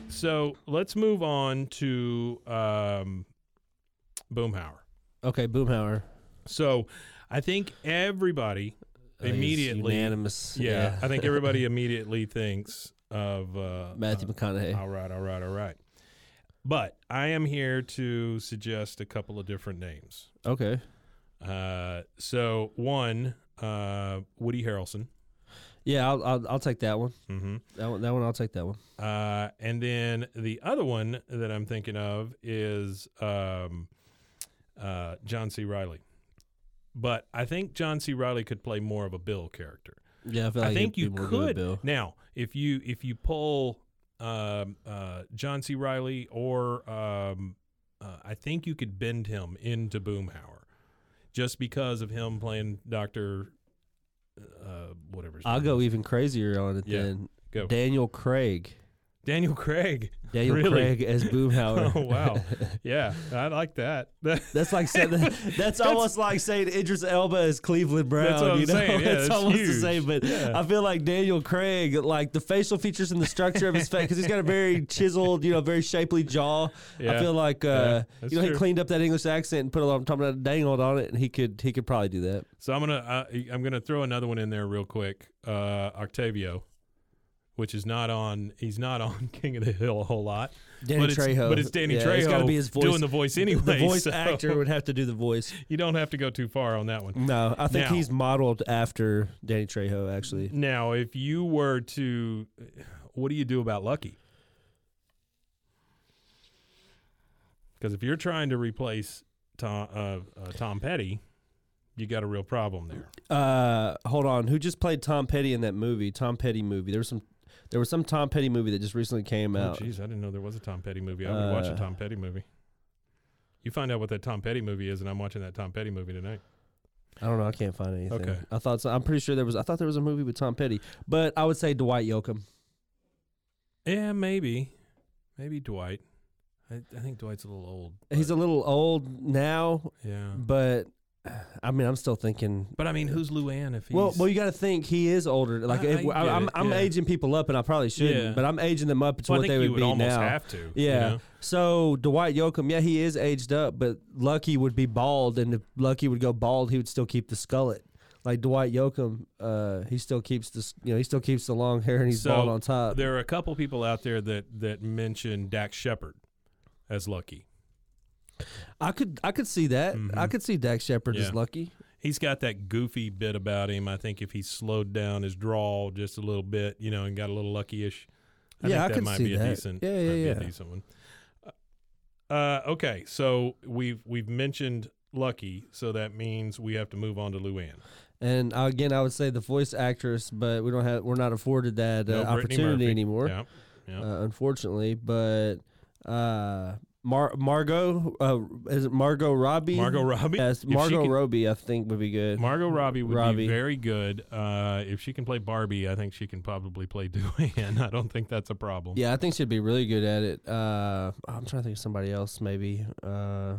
[SPEAKER 2] So let's move on to um, Boomhauer.
[SPEAKER 3] Okay, Boomhauer.
[SPEAKER 2] So I think
[SPEAKER 3] I
[SPEAKER 2] everybody
[SPEAKER 3] think it's
[SPEAKER 2] immediately,
[SPEAKER 3] unanimous.
[SPEAKER 2] yeah, I think everybody immediately thinks of uh,
[SPEAKER 3] Matthew McConaughey.
[SPEAKER 2] All right, all right, all right. But I am here to suggest a couple of different names.
[SPEAKER 3] okay.
[SPEAKER 2] Uh, so one, uh, Woody Harrelson,
[SPEAKER 3] Yeah, I'll, I'll I'll take that one.
[SPEAKER 2] hmm
[SPEAKER 3] That one that one I'll take that one.
[SPEAKER 2] uh, and then the other one that I'm thinking of is um, uh, John C. Riley. But I think John C. Riley could play more of a Bill character.
[SPEAKER 3] Yeah, I feel
[SPEAKER 2] I
[SPEAKER 3] like
[SPEAKER 2] think
[SPEAKER 3] it'd
[SPEAKER 2] you
[SPEAKER 3] be more good with
[SPEAKER 2] could
[SPEAKER 3] Bill.
[SPEAKER 2] now if you if you pull um, uh, John C. Riley or um, uh, I think you could bend him into Boomhauer just because of him playing Doctor uh, whatever. his
[SPEAKER 3] I'll
[SPEAKER 2] name
[SPEAKER 3] go
[SPEAKER 2] is.
[SPEAKER 3] even crazier on it
[SPEAKER 2] Yeah,
[SPEAKER 3] then.
[SPEAKER 2] go.
[SPEAKER 3] Daniel Craig.
[SPEAKER 2] Daniel Craig.
[SPEAKER 3] Daniel
[SPEAKER 2] Really?
[SPEAKER 3] Craig as Boomhauer.
[SPEAKER 2] Oh wow, yeah, I like that. That's
[SPEAKER 3] That's like saying, that's, almost like saying Idris Elba is Cleveland Brown.
[SPEAKER 2] That's what I'm
[SPEAKER 3] you know,
[SPEAKER 2] saying, yeah,
[SPEAKER 3] it's
[SPEAKER 2] that's
[SPEAKER 3] almost the
[SPEAKER 2] huge.
[SPEAKER 3] same. But
[SPEAKER 2] Yeah.
[SPEAKER 3] I feel like Daniel Craig, like the facial features and the structure of his face, because he's got a very chiseled, you know, very shapely jaw.
[SPEAKER 2] Yeah.
[SPEAKER 3] I feel like
[SPEAKER 2] Yeah,
[SPEAKER 3] uh,
[SPEAKER 2] that's
[SPEAKER 3] you know
[SPEAKER 2] true.
[SPEAKER 3] he cleaned up that English accent and put a lot of about dangled on it, and he could he could probably do that.
[SPEAKER 2] so. I'm gonna uh, I'm gonna throw another one in there real quick. Uh, Octavio, which is not on. He's not on King of the Hill a whole lot.
[SPEAKER 3] Danny
[SPEAKER 2] but
[SPEAKER 3] Trejo,
[SPEAKER 2] It's, but it's Danny
[SPEAKER 3] yeah,
[SPEAKER 2] Trejo
[SPEAKER 3] It's got to be his voice.
[SPEAKER 2] doing the voice anyway.
[SPEAKER 3] the voice
[SPEAKER 2] so
[SPEAKER 3] actor would have to do the voice.
[SPEAKER 2] You don't have to go too far on that one.
[SPEAKER 3] No, I think
[SPEAKER 2] Now-
[SPEAKER 3] he's modeled after Danny Trejo. Actually,
[SPEAKER 2] Now, if you were to, what do you do about Lucky? Because if you're trying to replace Tom, uh, uh, Tom Petty, you got a real problem there.
[SPEAKER 3] uh hold on who just played tom petty in that movie tom petty movie there was some there was some tom petty movie that just recently came
[SPEAKER 2] Oh,
[SPEAKER 3] out
[SPEAKER 2] jeez, I didn't know there was a Tom Petty movie. I would watch a
[SPEAKER 3] Uh,
[SPEAKER 2] Tom Petty movie. You find out what that Tom Petty movie is, and I'm watching that Tom Petty movie tonight.
[SPEAKER 3] i don't know i can't find anything
[SPEAKER 2] Okay.
[SPEAKER 3] i thought so, i'm pretty sure there was i thought there was a movie with tom petty but i would say dwight yoakam
[SPEAKER 2] Yeah, maybe, maybe Dwight. I, I think Dwight's a little old.
[SPEAKER 3] he's a little old now
[SPEAKER 2] yeah.
[SPEAKER 3] but i mean i'm still thinking
[SPEAKER 2] But I mean, who's Luann if he's
[SPEAKER 3] well, well, you got to think he is older. Like,
[SPEAKER 2] I-
[SPEAKER 3] if-
[SPEAKER 2] I get
[SPEAKER 3] I, am
[SPEAKER 2] it,
[SPEAKER 3] I'm
[SPEAKER 2] yeah.
[SPEAKER 3] aging people up, and I probably shouldn't.
[SPEAKER 2] Yeah.
[SPEAKER 3] But I'm aging them up to
[SPEAKER 2] Well, I
[SPEAKER 3] what
[SPEAKER 2] think
[SPEAKER 3] they
[SPEAKER 2] you
[SPEAKER 3] would,
[SPEAKER 2] would
[SPEAKER 3] be
[SPEAKER 2] almost
[SPEAKER 3] now.
[SPEAKER 2] have to. you
[SPEAKER 3] Yeah.
[SPEAKER 2] know?
[SPEAKER 3] So Dwight Yoakam, yeah, he is aged up, but Lucky would be bald, and if Lucky would go bald, he would still keep the skullet. Like Dwight Yoakam, uh, he still keeps this, you know, he still keeps the long hair and he's
[SPEAKER 2] So,
[SPEAKER 3] bald on top.
[SPEAKER 2] There are a couple people out there that that mention Dax Shepard as Lucky.
[SPEAKER 3] I could, I could see that. I could see Dax Shepard
[SPEAKER 2] Mm-hmm. Yeah.
[SPEAKER 3] as Lucky.
[SPEAKER 2] He's got that goofy bit about him. I think if he slowed down his drawl just a little bit, you know, and got a little lucky-ish, I
[SPEAKER 3] Yeah, I
[SPEAKER 2] think that
[SPEAKER 3] can
[SPEAKER 2] might
[SPEAKER 3] see
[SPEAKER 2] be a
[SPEAKER 3] that.
[SPEAKER 2] decent,
[SPEAKER 3] Yeah, yeah,
[SPEAKER 2] might be a
[SPEAKER 3] yeah.
[SPEAKER 2] decent one. Uh, okay, so we've we've mentioned Lucky, so that means we have to move on to Luann.
[SPEAKER 3] And uh, again, I would say the voice actress, but we don't have, we're not afforded that
[SPEAKER 2] No
[SPEAKER 3] uh,
[SPEAKER 2] Brittany
[SPEAKER 3] opportunity Uh,
[SPEAKER 2] Murphy.
[SPEAKER 3] anymore,
[SPEAKER 2] Yeah, yeah.
[SPEAKER 3] uh, unfortunately. But uh, Mar- Margot, uh, is it Margot Robbie?
[SPEAKER 2] Margot Robbie.
[SPEAKER 3] Yes,
[SPEAKER 2] If she
[SPEAKER 3] Margot
[SPEAKER 2] could-
[SPEAKER 3] Robbie, I think would be good.
[SPEAKER 2] Margot Robbie would
[SPEAKER 3] Robbie.
[SPEAKER 2] be very good. Uh, if she can play Barbie, I think she can probably play Duane. I don't think that's a problem.
[SPEAKER 3] yeah, I think she'd be really good at it. Uh, I'm trying to think of somebody else, maybe. Uh,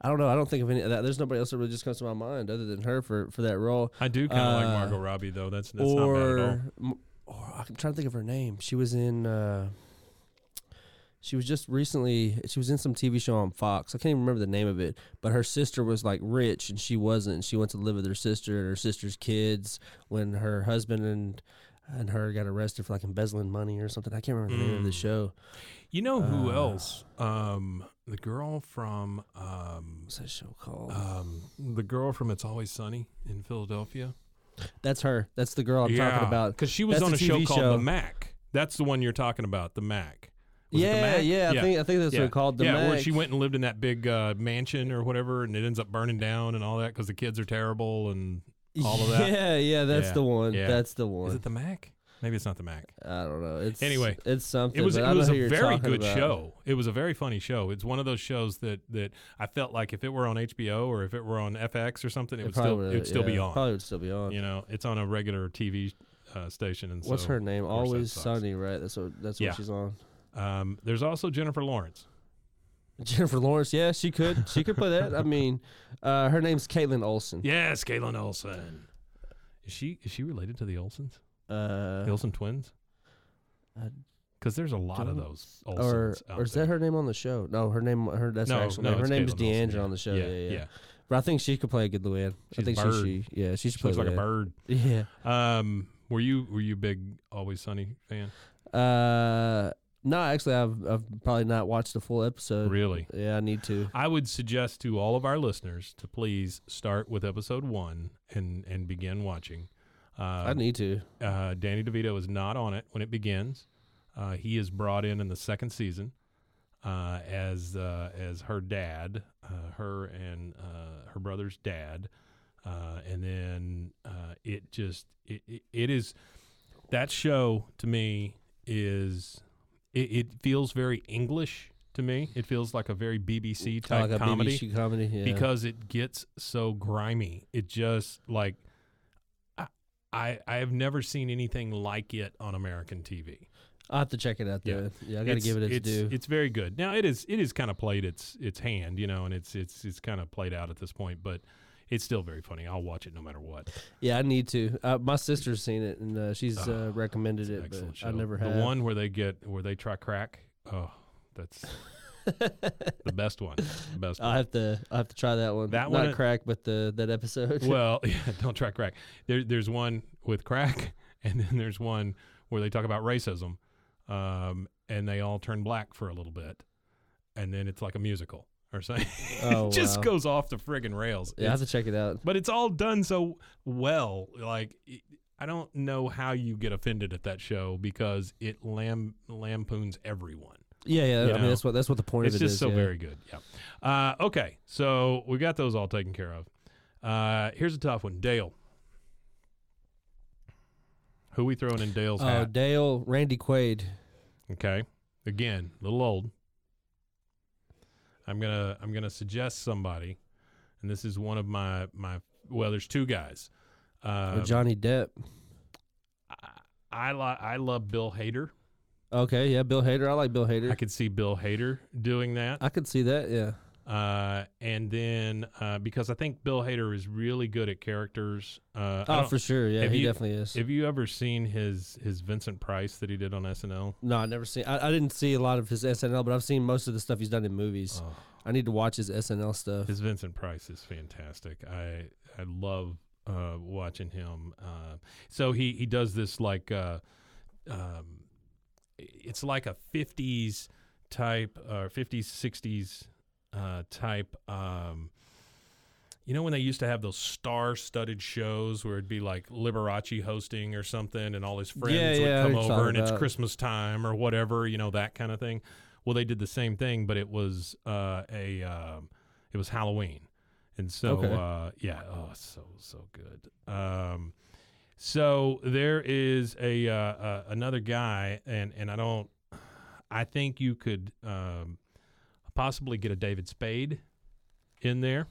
[SPEAKER 3] I don't know. I don't think of any. That, there's nobody else that really just comes to my mind other than her for, for that role.
[SPEAKER 2] I do kind of like
[SPEAKER 3] Uh,
[SPEAKER 2] Margot Robbie though. That's that's not bad at all.
[SPEAKER 3] or, m- or I'm trying to think of her name. She was in. Uh, she was just recently. She was in some TV show on Fox. I can't even remember the name of it. But her sister was like rich, and she wasn't. She went to live with her sister and her sister's kids when her husband and and her got arrested for like embezzling money or something. I can't remember the name of the
[SPEAKER 2] Mm.
[SPEAKER 3] show.
[SPEAKER 2] You know who
[SPEAKER 3] Uh,
[SPEAKER 2] else? Um, the girl from um,
[SPEAKER 3] What's that show called?
[SPEAKER 2] um, the girl from It's Always Sunny in Philadelphia.
[SPEAKER 3] That's her. That's the girl I'm talking about.
[SPEAKER 2] because she was
[SPEAKER 3] That's
[SPEAKER 2] on
[SPEAKER 3] a
[SPEAKER 2] a, show
[SPEAKER 3] TV
[SPEAKER 2] called
[SPEAKER 3] show.
[SPEAKER 2] The Mac. That's the one you're talking about, The Mac. Was it The
[SPEAKER 3] Yeah,
[SPEAKER 2] Mac?
[SPEAKER 3] yeah, I think I think that's what
[SPEAKER 2] yeah.
[SPEAKER 3] it's called. The
[SPEAKER 2] yeah, where she
[SPEAKER 3] Mac.
[SPEAKER 2] went and lived in that big uh, mansion or whatever, and it ends up burning down and all that because the kids are terrible. And all of that.
[SPEAKER 3] Yeah, yeah, that's
[SPEAKER 2] Yeah,
[SPEAKER 3] the one.
[SPEAKER 2] yeah.
[SPEAKER 3] That's the one.
[SPEAKER 2] is it the Mac? Maybe it's not the Mac.
[SPEAKER 3] I don't know. It's
[SPEAKER 2] Anyway,
[SPEAKER 3] It's something.
[SPEAKER 2] It was
[SPEAKER 3] but
[SPEAKER 2] it
[SPEAKER 3] I know
[SPEAKER 2] was
[SPEAKER 3] who
[SPEAKER 2] a
[SPEAKER 3] you're
[SPEAKER 2] very
[SPEAKER 3] talking
[SPEAKER 2] good
[SPEAKER 3] about.
[SPEAKER 2] show. It was a very funny show. It's one of those shows that that I felt like if it were on HBO or if it were on FX or something, it, would
[SPEAKER 3] probably
[SPEAKER 2] still it would still be
[SPEAKER 3] yeah,
[SPEAKER 2] on.
[SPEAKER 3] Probably would still be on.
[SPEAKER 2] You know, it's on a regular TV uh, station. And
[SPEAKER 3] What's
[SPEAKER 2] so,
[SPEAKER 3] her name?
[SPEAKER 2] of course that
[SPEAKER 3] Always
[SPEAKER 2] sucks.
[SPEAKER 3] Sunny, right? That's what. That's
[SPEAKER 2] Yeah.
[SPEAKER 3] what she's on.
[SPEAKER 2] Um, there's also Jennifer Lawrence.
[SPEAKER 3] Jennifer Lawrence. Yeah, she could. She could play that. I mean, uh, her name's Caitlin Olsen.
[SPEAKER 2] Yes, Kaylin Olsen. Is she is she related to the Olsons? The
[SPEAKER 3] Uh,
[SPEAKER 2] Olsen twins?
[SPEAKER 3] I
[SPEAKER 2] Because there's a lot of
[SPEAKER 3] don't-
[SPEAKER 2] those Olsons.
[SPEAKER 3] or
[SPEAKER 2] out
[SPEAKER 3] or is that
[SPEAKER 2] there.
[SPEAKER 3] her name on the show? No, her name. Her that's her
[SPEAKER 2] no,
[SPEAKER 3] actual
[SPEAKER 2] no,
[SPEAKER 3] name. Her
[SPEAKER 2] it's
[SPEAKER 3] name is
[SPEAKER 2] Caitlin Olsen,
[SPEAKER 3] Deandra on the show. Yeah, yeah.
[SPEAKER 2] yeah.
[SPEAKER 3] But I think she could play a good Luann. I
[SPEAKER 2] She's a
[SPEAKER 3] think
[SPEAKER 2] bird.
[SPEAKER 3] she, she. Yeah, she should
[SPEAKER 2] She
[SPEAKER 3] play
[SPEAKER 2] looks like a
[SPEAKER 3] Luann.
[SPEAKER 2] bird.
[SPEAKER 3] Yeah.
[SPEAKER 2] Um, were you were you a big Always Sunny fan?
[SPEAKER 3] Uh, no, actually, I've I've probably not watched the full episode.
[SPEAKER 2] Really?
[SPEAKER 3] Yeah, I need to.
[SPEAKER 2] I would suggest to all of our listeners to please start with episode one and and begin watching. Um,
[SPEAKER 3] I need to.
[SPEAKER 2] uh, Danny DeVito is not on it when it begins. Uh, he is brought in in the second season uh, as uh, as her dad, uh, her and uh, her brother's dad, uh, and then uh, it just it, it, it is that show to me is it, it feels very English to me. It feels like a very BBC
[SPEAKER 3] Kinda
[SPEAKER 2] type
[SPEAKER 3] like a
[SPEAKER 2] comedy
[SPEAKER 3] BBC comedy. Yeah.
[SPEAKER 2] because it gets so grimy. It just like I, I I have never seen anything like it on American TV.
[SPEAKER 3] I'll have to check it out.
[SPEAKER 2] Yeah.
[SPEAKER 3] Though. Yeah, I gotta give it its, due.
[SPEAKER 2] It's very good. Now it is it is kind of played its its hand, you know, and it's it's it's kind of played out at this point, but it's still very funny. I'll watch it no matter what.
[SPEAKER 3] yeah, I need to. Uh, my sister's seen it and uh, she's uh, recommended it, but
[SPEAKER 2] Ah, Excellent show.
[SPEAKER 3] I never
[SPEAKER 2] the
[SPEAKER 3] have.
[SPEAKER 2] one where they get where they try crack. Oh, that's the best one. The best.
[SPEAKER 3] I'll
[SPEAKER 2] one.
[SPEAKER 3] have to. I'll have to try that one.
[SPEAKER 2] That
[SPEAKER 3] Not
[SPEAKER 2] one-
[SPEAKER 3] crack, but the that episode.
[SPEAKER 2] Well, yeah, don't try crack. There, there's one with crack, and then there's one where they talk about racism, um, and they all turn black for a little bit, and then it's like a musical or something.
[SPEAKER 3] Oh,
[SPEAKER 2] it just
[SPEAKER 3] wow.
[SPEAKER 2] goes off the friggin' rails.
[SPEAKER 3] yeah, I have
[SPEAKER 2] It's-
[SPEAKER 3] to check it out.
[SPEAKER 2] but it's all done so well. Like it- I don't know how you get offended at that show because it lam- lampoons everyone.
[SPEAKER 3] Yeah, yeah. I
[SPEAKER 2] you know,
[SPEAKER 3] mean, that's what that's what the point
[SPEAKER 2] It's
[SPEAKER 3] of it is.
[SPEAKER 2] just so
[SPEAKER 3] yeah.
[SPEAKER 2] very good. Yeah. Uh, okay, so we got those all taken care of. Uh, here's a tough one, Dale. Who we throwing in Dale's
[SPEAKER 3] Oh,
[SPEAKER 2] hat?
[SPEAKER 3] Dale, Randy Quaid.
[SPEAKER 2] Okay, again, a little old. I'm gonna I'm gonna suggest somebody, and this is one of my my well, there's two guys.
[SPEAKER 3] or
[SPEAKER 2] Uh,
[SPEAKER 3] Johnny Depp.
[SPEAKER 2] I I, lo- I love Bill Hader.
[SPEAKER 3] Okay, yeah, Bill Hader. I like Bill Hader.
[SPEAKER 2] I could see Bill Hader doing that.
[SPEAKER 3] I could see that. Yeah.
[SPEAKER 2] Uh, and then uh, because I think Bill Hader is really good at characters. Uh, I
[SPEAKER 3] Oh,
[SPEAKER 2] don't-
[SPEAKER 3] for sure. Yeah,
[SPEAKER 2] have
[SPEAKER 3] he
[SPEAKER 2] you-
[SPEAKER 3] definitely is.
[SPEAKER 2] Have you ever seen his his Vincent Price that he did on SNL?
[SPEAKER 3] no, I never seen. I, I didn't see a lot of his SNL, but I've seen most of the stuff he's done in movies.
[SPEAKER 2] Oh.
[SPEAKER 3] I need to watch his SNL stuff.
[SPEAKER 2] His Vincent Price is fantastic. I I love uh, watching him. Uh, so he he does this like uh, um, it's like a '50s type or '50s '60s uh, type. Um, you know when they used to have those star-studded shows where it'd be like Liberace hosting or something, and all his friends
[SPEAKER 3] Yeah,
[SPEAKER 2] would
[SPEAKER 3] yeah, I
[SPEAKER 2] come
[SPEAKER 3] know what you're
[SPEAKER 2] over,
[SPEAKER 3] talking
[SPEAKER 2] and it's
[SPEAKER 3] about.
[SPEAKER 2] Christmas time or whatever, you know that kind of thing. Well, they did the same thing, but it was uh, a um, it was Halloween, and so
[SPEAKER 3] Okay.
[SPEAKER 2] uh, yeah, oh, so so good. Um, so there is a uh, uh, another guy, and and I don't I think you could um, possibly get a David Spade in there.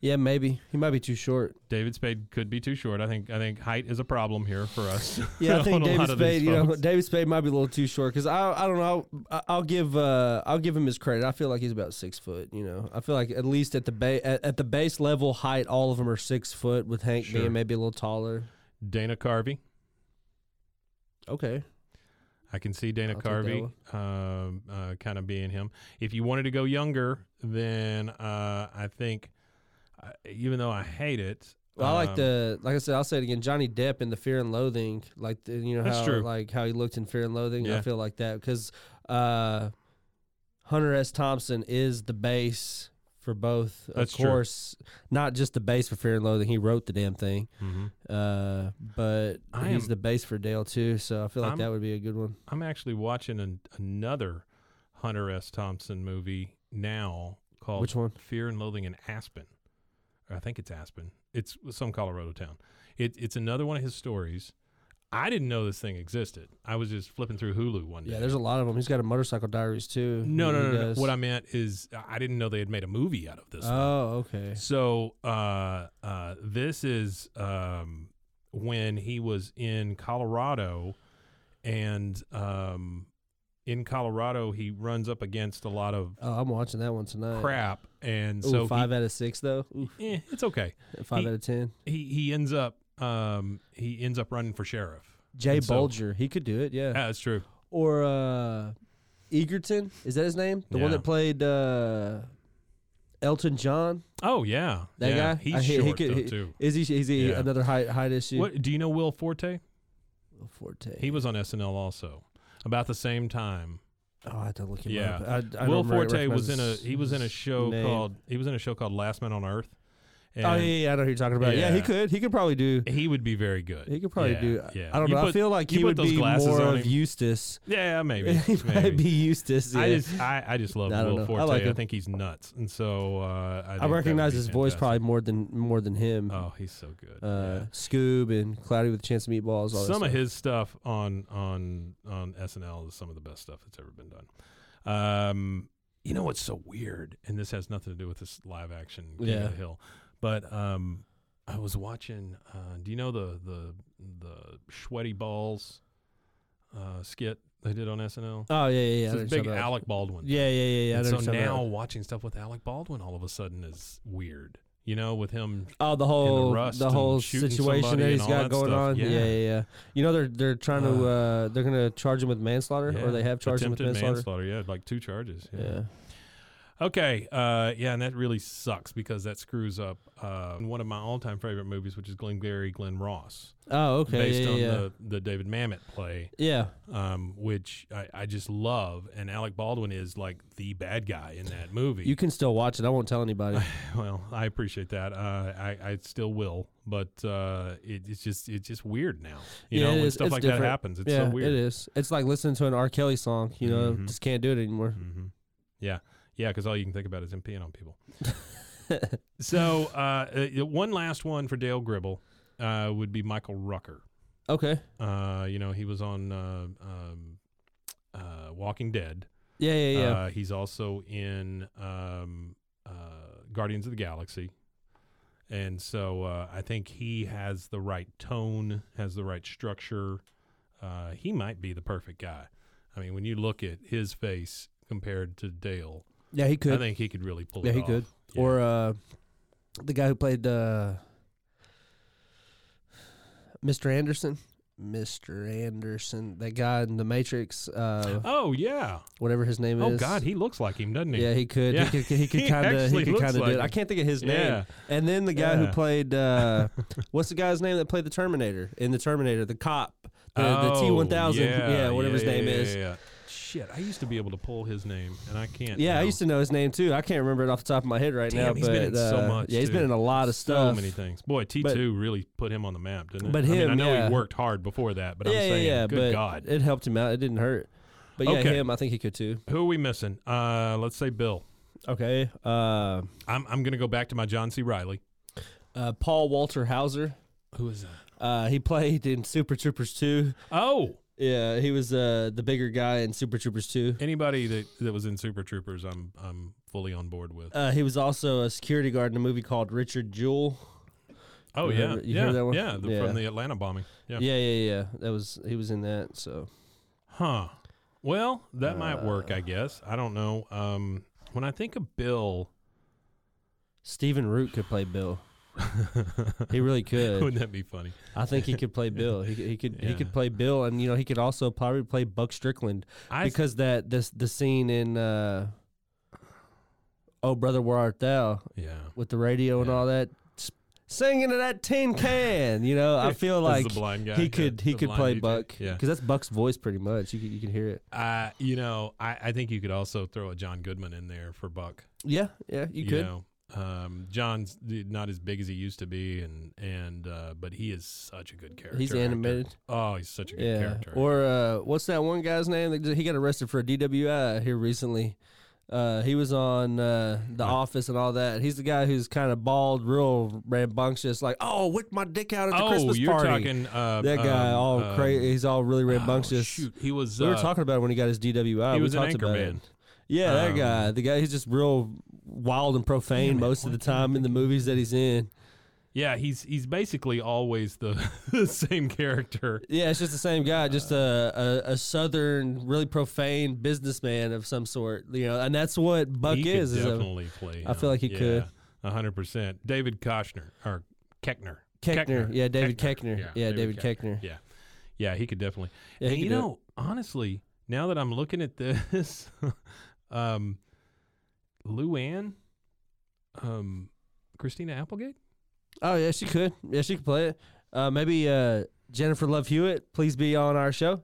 [SPEAKER 3] Yeah, maybe he might be too short.
[SPEAKER 2] David Spade could be too short. I think I think height is a problem here for us.
[SPEAKER 3] Yeah, I
[SPEAKER 2] on
[SPEAKER 3] think
[SPEAKER 2] a
[SPEAKER 3] David
[SPEAKER 2] lot of these
[SPEAKER 3] Spade. You know,
[SPEAKER 2] folks.
[SPEAKER 3] David Spade might be a little too short because I, I don't know. I'll, I'll give, uh, I'll give him his credit. I feel like he's about six foot. You know, I feel like at least at the ba- at, at the base level height, all of them are six foot. With Hank
[SPEAKER 2] Sure.
[SPEAKER 3] being maybe a little taller.
[SPEAKER 2] Dana Carvey.
[SPEAKER 3] Okay,
[SPEAKER 2] I can see Dana
[SPEAKER 3] I'll take
[SPEAKER 2] Carvey um, uh, kind of being him. If you wanted to go younger, then uh, I think, uh, even though I hate it,
[SPEAKER 3] well, I like
[SPEAKER 2] um,
[SPEAKER 3] the like I said. I'll say it again. Johnny Depp in the Fear and Loathing, like the, you know
[SPEAKER 2] That's
[SPEAKER 3] how
[SPEAKER 2] true.
[SPEAKER 3] like how he looked in Fear and Loathing. I
[SPEAKER 2] Yeah.
[SPEAKER 3] feel like that because uh, Hunter S. Thompson is the base. For both,
[SPEAKER 2] That's
[SPEAKER 3] of
[SPEAKER 2] true.
[SPEAKER 3] course, not just the base for Fear and Loathing. He wrote the damn thing.
[SPEAKER 2] Mhm.
[SPEAKER 3] Uh, but
[SPEAKER 2] I
[SPEAKER 3] he's
[SPEAKER 2] am-
[SPEAKER 3] the base for Dale too, so I feel like
[SPEAKER 2] I'm-
[SPEAKER 3] that would be a good one.
[SPEAKER 2] I'm actually watching an, another Hunter S. Thompson movie now called
[SPEAKER 3] Which one?
[SPEAKER 2] Fear and Loathing in Aspen. Or I think it's Aspen. It's some Colorado town. It, it's another one of his stories. I didn't know this thing existed. I was just flipping through Hulu one day.
[SPEAKER 3] Yeah, there's a lot of them. He's got a motorcycle diaries too. He
[SPEAKER 2] no, no, no, no.
[SPEAKER 3] does.
[SPEAKER 2] What I meant is I didn't know they had made a movie out of this. one.
[SPEAKER 3] Oh, okay.
[SPEAKER 2] So uh, uh, this is um, when he was in Colorado, and um, in Colorado he runs up against a lot of
[SPEAKER 3] Oh, I'm watching that one tonight.
[SPEAKER 2] crap, and
[SPEAKER 3] Uh, Ooh,
[SPEAKER 2] so he-
[SPEAKER 3] five out of six though. Ooh,
[SPEAKER 2] eh, it's okay.
[SPEAKER 3] five
[SPEAKER 2] He-
[SPEAKER 3] out of ten.
[SPEAKER 2] He he ends up um, he ends up running for sheriff.
[SPEAKER 3] Jay
[SPEAKER 2] and so-
[SPEAKER 3] Bulger, he could do it. Yeah.
[SPEAKER 2] Yeah, that's true.
[SPEAKER 3] or uh, Egerton, is that his name? The one
[SPEAKER 2] Yeah.
[SPEAKER 3] that played uh, Elton John.
[SPEAKER 2] Oh yeah,
[SPEAKER 3] That
[SPEAKER 2] yeah.
[SPEAKER 3] guy.
[SPEAKER 2] He's
[SPEAKER 3] I- he- he
[SPEAKER 2] short
[SPEAKER 3] could-
[SPEAKER 2] though,
[SPEAKER 3] he-
[SPEAKER 2] too.
[SPEAKER 3] Is he? Is he
[SPEAKER 2] Yeah.
[SPEAKER 3] another height height issue?
[SPEAKER 2] What do you know? Will Forte?
[SPEAKER 3] Forte.
[SPEAKER 2] He was on SNL also about the same time.
[SPEAKER 3] Oh, I had to look him
[SPEAKER 2] Yeah.
[SPEAKER 3] up. I, I don't
[SPEAKER 2] Will
[SPEAKER 3] remember-
[SPEAKER 2] Forte
[SPEAKER 3] recognize
[SPEAKER 2] was in a
[SPEAKER 3] his-
[SPEAKER 2] he was in a
[SPEAKER 3] his
[SPEAKER 2] show
[SPEAKER 3] name.
[SPEAKER 2] called he was in a show called Last Man on Earth. And
[SPEAKER 3] oh yeah, yeah, I know who you're talking about. Yeah. he
[SPEAKER 2] Yeah.
[SPEAKER 3] could. He could probably do.
[SPEAKER 2] He would be very good.
[SPEAKER 3] He could probably
[SPEAKER 2] Yeah,
[SPEAKER 3] do.
[SPEAKER 2] Yeah.
[SPEAKER 3] I don't
[SPEAKER 2] You
[SPEAKER 3] know. I
[SPEAKER 2] put-
[SPEAKER 3] feel like
[SPEAKER 2] you
[SPEAKER 3] he
[SPEAKER 2] put
[SPEAKER 3] would
[SPEAKER 2] those
[SPEAKER 3] be
[SPEAKER 2] glasses
[SPEAKER 3] more
[SPEAKER 2] on
[SPEAKER 3] of
[SPEAKER 2] him.
[SPEAKER 3] Eustace.
[SPEAKER 2] Yeah, maybe.
[SPEAKER 3] he might
[SPEAKER 2] maybe.
[SPEAKER 3] be Eustace.
[SPEAKER 2] I
[SPEAKER 3] yeah.
[SPEAKER 2] just I, I just love
[SPEAKER 3] I don't
[SPEAKER 2] Will
[SPEAKER 3] know. I
[SPEAKER 2] Forte. I,
[SPEAKER 3] like him.
[SPEAKER 2] think he's nuts, and so uh, I, think
[SPEAKER 3] I
[SPEAKER 2] that would
[SPEAKER 3] recognize
[SPEAKER 2] be
[SPEAKER 3] his voice
[SPEAKER 2] fantastic.
[SPEAKER 3] probably more than more than him.
[SPEAKER 2] Oh, he's so good.
[SPEAKER 3] Uh,
[SPEAKER 2] Yeah.
[SPEAKER 3] Scoob and Cloudy with a Chance of Meatballs. All that
[SPEAKER 2] Some
[SPEAKER 3] stuff.
[SPEAKER 2] of his stuff on on on SNL is some of the best stuff that's ever been done. Um, you know what's so weird, and this has nothing to do with this live action King
[SPEAKER 3] Yeah.
[SPEAKER 2] of the Hill, but um, I was watching. Uh, do you know the the the sweaty balls uh, skit they did on SNL?
[SPEAKER 3] Oh yeah, yeah, yeah. I know what
[SPEAKER 2] It's this
[SPEAKER 3] you're
[SPEAKER 2] big
[SPEAKER 3] talking about.
[SPEAKER 2] Alec Baldwin.
[SPEAKER 3] Yeah, yeah, yeah, yeah. I
[SPEAKER 2] And
[SPEAKER 3] know
[SPEAKER 2] so
[SPEAKER 3] what you're talking
[SPEAKER 2] now
[SPEAKER 3] about.
[SPEAKER 2] watching stuff with Alec Baldwin all of a sudden is weird. You know, with him
[SPEAKER 3] Oh, the whole
[SPEAKER 2] rust
[SPEAKER 3] the
[SPEAKER 2] and
[SPEAKER 3] whole
[SPEAKER 2] shooting
[SPEAKER 3] situation
[SPEAKER 2] somebody
[SPEAKER 3] that
[SPEAKER 2] and
[SPEAKER 3] he's
[SPEAKER 2] all
[SPEAKER 3] got
[SPEAKER 2] that
[SPEAKER 3] going
[SPEAKER 2] stuff.
[SPEAKER 3] on. Yeah.
[SPEAKER 2] Yeah.
[SPEAKER 3] yeah, yeah. You know they're they're trying to uh, they're gonna charge him with manslaughter,
[SPEAKER 2] yeah,
[SPEAKER 3] or they have charged him with
[SPEAKER 2] attempted
[SPEAKER 3] manslaughter.
[SPEAKER 2] manslaughter. Yeah, like two charges.
[SPEAKER 3] Yeah.
[SPEAKER 2] Okay. Uh, yeah, and that really sucks because that screws up uh, one of my all-time favorite movies, which is Glengarry Glen Ross,
[SPEAKER 3] Oh, okay.
[SPEAKER 2] based
[SPEAKER 3] yeah,
[SPEAKER 2] on
[SPEAKER 3] yeah.
[SPEAKER 2] the the David Mamet play,
[SPEAKER 3] yeah.
[SPEAKER 2] um, which I, I just love. And Alec Baldwin is like the bad guy in that movie.
[SPEAKER 3] You can still watch it. I won't tell anybody.
[SPEAKER 2] well, I appreciate that. Uh, I I still will, but uh, it, it's just it's just weird now. You
[SPEAKER 3] Yeah,
[SPEAKER 2] know,
[SPEAKER 3] it
[SPEAKER 2] when
[SPEAKER 3] is.
[SPEAKER 2] stuff
[SPEAKER 3] It's
[SPEAKER 2] like that
[SPEAKER 3] different.
[SPEAKER 2] happens, it's
[SPEAKER 3] yeah,
[SPEAKER 2] so weird.
[SPEAKER 3] it is. It's like listening to an R. Kelly song. You know,
[SPEAKER 2] Mhm.
[SPEAKER 3] just can't do it anymore.
[SPEAKER 2] Mm-hmm. Yeah, yeah, because all you can think about is him peeing on people. so uh, uh, one last one for Dale Gribble uh, would be Michael Rucker.
[SPEAKER 3] Okay.
[SPEAKER 2] Uh, you know, he was on uh, um, uh, Walking Dead.
[SPEAKER 3] Yeah, yeah, yeah.
[SPEAKER 2] Uh, he's also in um, uh, Guardians of the Galaxy. And so uh, I think he has the right tone, has the right structure. Uh, he might be the perfect guy. I mean, when you look at his face compared to Dale,
[SPEAKER 3] yeah, he
[SPEAKER 2] I
[SPEAKER 3] could.
[SPEAKER 2] think he could really pull
[SPEAKER 3] Yeah,
[SPEAKER 2] it
[SPEAKER 3] he
[SPEAKER 2] off.
[SPEAKER 3] could.
[SPEAKER 2] Yeah.
[SPEAKER 3] Or uh, the guy who played uh, Mr. Anderson. Mr. Anderson, that guy in The Matrix, uh,
[SPEAKER 2] oh, yeah.
[SPEAKER 3] whatever his name
[SPEAKER 2] Oh,
[SPEAKER 3] is.
[SPEAKER 2] God, he looks like him, doesn't he?
[SPEAKER 3] Yeah, he could.
[SPEAKER 2] Yeah.
[SPEAKER 3] He could. He could
[SPEAKER 2] He
[SPEAKER 3] kind of. He
[SPEAKER 2] actually
[SPEAKER 3] could
[SPEAKER 2] looks
[SPEAKER 3] kind of do
[SPEAKER 2] like
[SPEAKER 3] it. I
[SPEAKER 2] him.
[SPEAKER 3] can't think of his name.
[SPEAKER 2] Yeah.
[SPEAKER 3] And then the guy who
[SPEAKER 2] Yeah.
[SPEAKER 3] played uh, what's the guy's name that played the Terminator in the Terminator, the cop, the
[SPEAKER 2] Oh,
[SPEAKER 3] T one thousand, yeah, whatever his
[SPEAKER 2] yeah,
[SPEAKER 3] name
[SPEAKER 2] yeah,
[SPEAKER 3] is.
[SPEAKER 2] yeah, yeah. Shit, I used to be able to pull his name, and I can't.
[SPEAKER 3] Yeah, I
[SPEAKER 2] now.
[SPEAKER 3] used to know his name too. I can't remember it off the top of my head right now.
[SPEAKER 2] Damn, he's
[SPEAKER 3] but,
[SPEAKER 2] been in so
[SPEAKER 3] uh,
[SPEAKER 2] much,
[SPEAKER 3] Yeah, he's been
[SPEAKER 2] dude.
[SPEAKER 3] in a lot of stuff.
[SPEAKER 2] So many things. Boy, T
[SPEAKER 3] But-
[SPEAKER 2] two really put him on the map, didn't it?
[SPEAKER 3] but
[SPEAKER 2] I mean,
[SPEAKER 3] him,
[SPEAKER 2] I know
[SPEAKER 3] yeah.
[SPEAKER 2] he worked hard before that, but
[SPEAKER 3] yeah,
[SPEAKER 2] I'm saying,
[SPEAKER 3] yeah, yeah.
[SPEAKER 2] good
[SPEAKER 3] but
[SPEAKER 2] God,
[SPEAKER 3] it helped him out. It didn't hurt. But yeah,
[SPEAKER 2] Okay.
[SPEAKER 3] him. I think he could too.
[SPEAKER 2] who are we missing? Uh, let's say Bill.
[SPEAKER 3] Okay. Uh,
[SPEAKER 2] I'm I'm gonna go back to my John C. Riley.
[SPEAKER 3] uh, Paul Walter Hauser.
[SPEAKER 2] Who is that?
[SPEAKER 3] Uh, he played in Super Troopers two.
[SPEAKER 2] Oh,
[SPEAKER 3] Yeah, he was uh, the bigger guy in Super Troopers 2.
[SPEAKER 2] Anybody that, that was in Super Troopers, I'm I'm fully on board with.
[SPEAKER 3] Uh, he was also a security guard in a movie called Richard Jewell.
[SPEAKER 2] Oh
[SPEAKER 3] you
[SPEAKER 2] yeah,
[SPEAKER 3] heard- you
[SPEAKER 2] yeah,
[SPEAKER 3] heard that one?
[SPEAKER 2] yeah, the,
[SPEAKER 3] Yeah.
[SPEAKER 2] from the Atlanta bombing. Yeah.
[SPEAKER 3] Yeah, yeah, yeah. That was he was in that. So
[SPEAKER 2] Huh. Well, that
[SPEAKER 3] Uh,
[SPEAKER 2] might work, I guess. I don't know. Um, when I think of Bill,
[SPEAKER 3] Stephen Root could play Bill. he really could.
[SPEAKER 2] wouldn't that be funny?
[SPEAKER 3] I think he could play Bill. He, could- he could he
[SPEAKER 2] Yeah.
[SPEAKER 3] could play Bill, and you know he could also probably play Buck Strickland
[SPEAKER 2] I th-
[SPEAKER 3] because that this the scene in uh, Oh Brother Where Art Thou
[SPEAKER 2] yeah.
[SPEAKER 3] with the radio and
[SPEAKER 2] Yeah.
[SPEAKER 3] all that s- singing to that tin can. You know, I feel
[SPEAKER 2] This is
[SPEAKER 3] like
[SPEAKER 2] the blind guy,
[SPEAKER 3] he
[SPEAKER 2] yeah,
[SPEAKER 3] could he
[SPEAKER 2] the
[SPEAKER 3] could
[SPEAKER 2] blind
[SPEAKER 3] play
[SPEAKER 2] DJ,
[SPEAKER 3] Buck
[SPEAKER 2] yeah.
[SPEAKER 3] because that's Buck's voice pretty much. You could, you can hear it.
[SPEAKER 2] Uh, you know, I, I think you could also throw a John Goodman in there for Buck.
[SPEAKER 3] Yeah, yeah, you could.
[SPEAKER 2] know, um, John's not as big as he used to be, and and uh, but he is such a good character.
[SPEAKER 3] He's
[SPEAKER 2] actor.
[SPEAKER 3] animated.
[SPEAKER 2] Oh, he's such a good
[SPEAKER 3] Yeah,
[SPEAKER 2] character.
[SPEAKER 3] or uh, what's that one guy's name? that- He got arrested for a DWI here recently. Uh, he was on uh, The Office and all that. He's the guy who's kind of bald, real rambunctious, like oh, whip my dick out at the
[SPEAKER 2] oh,
[SPEAKER 3] Christmas
[SPEAKER 2] you're
[SPEAKER 3] party.
[SPEAKER 2] talking uh,
[SPEAKER 3] that guy
[SPEAKER 2] um,
[SPEAKER 3] all
[SPEAKER 2] um,
[SPEAKER 3] crazy. He's all really
[SPEAKER 2] oh,
[SPEAKER 3] rambunctious.
[SPEAKER 2] shoot, he was.
[SPEAKER 3] we were
[SPEAKER 2] uh,
[SPEAKER 3] talking about it when he got his DWI.
[SPEAKER 2] he
[SPEAKER 3] we
[SPEAKER 2] was an
[SPEAKER 3] talked about it.
[SPEAKER 2] anchorman.
[SPEAKER 3] Yeah, that
[SPEAKER 2] Um,
[SPEAKER 3] guy. The guy. He's just real wild and profane most of the time in the movies that he's in.
[SPEAKER 2] Yeah, he's he's basically always the, the same character.
[SPEAKER 3] Yeah, it's just the same guy, just a, a, a southern, really profane businessman of some sort, you know, and that's what Buck
[SPEAKER 2] he
[SPEAKER 3] is.
[SPEAKER 2] could
[SPEAKER 3] is a-
[SPEAKER 2] definitely play.
[SPEAKER 3] I feel like he could.
[SPEAKER 2] hundred percent. David Koshner or Keckner.
[SPEAKER 3] Koechner. Yeah, David Koechner. Yeah, David Koechner.
[SPEAKER 2] Yeah, yeah, he could definitely.
[SPEAKER 3] Yeah, he could
[SPEAKER 2] and you
[SPEAKER 3] do it.
[SPEAKER 2] know, honestly, now that I'm looking at this, um, Luann, um, Christina Applegate.
[SPEAKER 3] Oh yeah, she could. Yeah, she could play it. Uh, maybe uh, Jennifer Love Hewitt, please be on our show.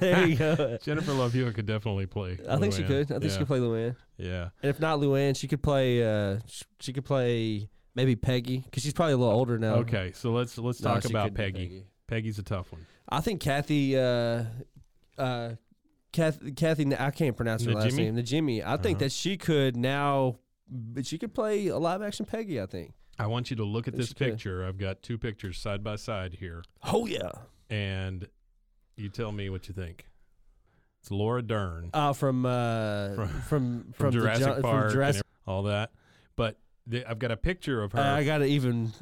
[SPEAKER 3] there you go.
[SPEAKER 2] Jennifer Love Hewitt could definitely play.
[SPEAKER 3] I think she
[SPEAKER 2] Luann.
[SPEAKER 3] could. I think
[SPEAKER 2] yeah.
[SPEAKER 3] she could play Luann.
[SPEAKER 2] Yeah.
[SPEAKER 3] And if not Luann, she could play. Uh, sh- she could play maybe Peggy because she's probably a little older now.
[SPEAKER 2] Okay, so let's let's
[SPEAKER 3] No,
[SPEAKER 2] talk
[SPEAKER 3] she
[SPEAKER 2] about
[SPEAKER 3] couldn't do
[SPEAKER 2] Peggy. Peggy's a tough one.
[SPEAKER 3] I think Kathy, uh, uh, Kathy, Kathy, I can't pronounce her
[SPEAKER 2] The
[SPEAKER 3] last
[SPEAKER 2] Jimmy?
[SPEAKER 3] name. The Jimmy. I
[SPEAKER 2] Uh-huh.
[SPEAKER 3] think that she could now, but she could play a live action Peggy. I think.
[SPEAKER 2] I want you to look at
[SPEAKER 3] Yes,
[SPEAKER 2] this
[SPEAKER 3] you could.
[SPEAKER 2] picture. I've got two pictures side by side here,
[SPEAKER 3] Oh yeah.
[SPEAKER 2] and you tell me what you think. It's Laura Dern
[SPEAKER 3] Uh, from uh,
[SPEAKER 2] From-
[SPEAKER 3] from from,
[SPEAKER 2] from,
[SPEAKER 3] the
[SPEAKER 2] Jurassic
[SPEAKER 3] Jo- from
[SPEAKER 2] Park, and
[SPEAKER 3] Jurassic-
[SPEAKER 2] all that. But the, I've got a picture of her.
[SPEAKER 3] Uh, I gotta even.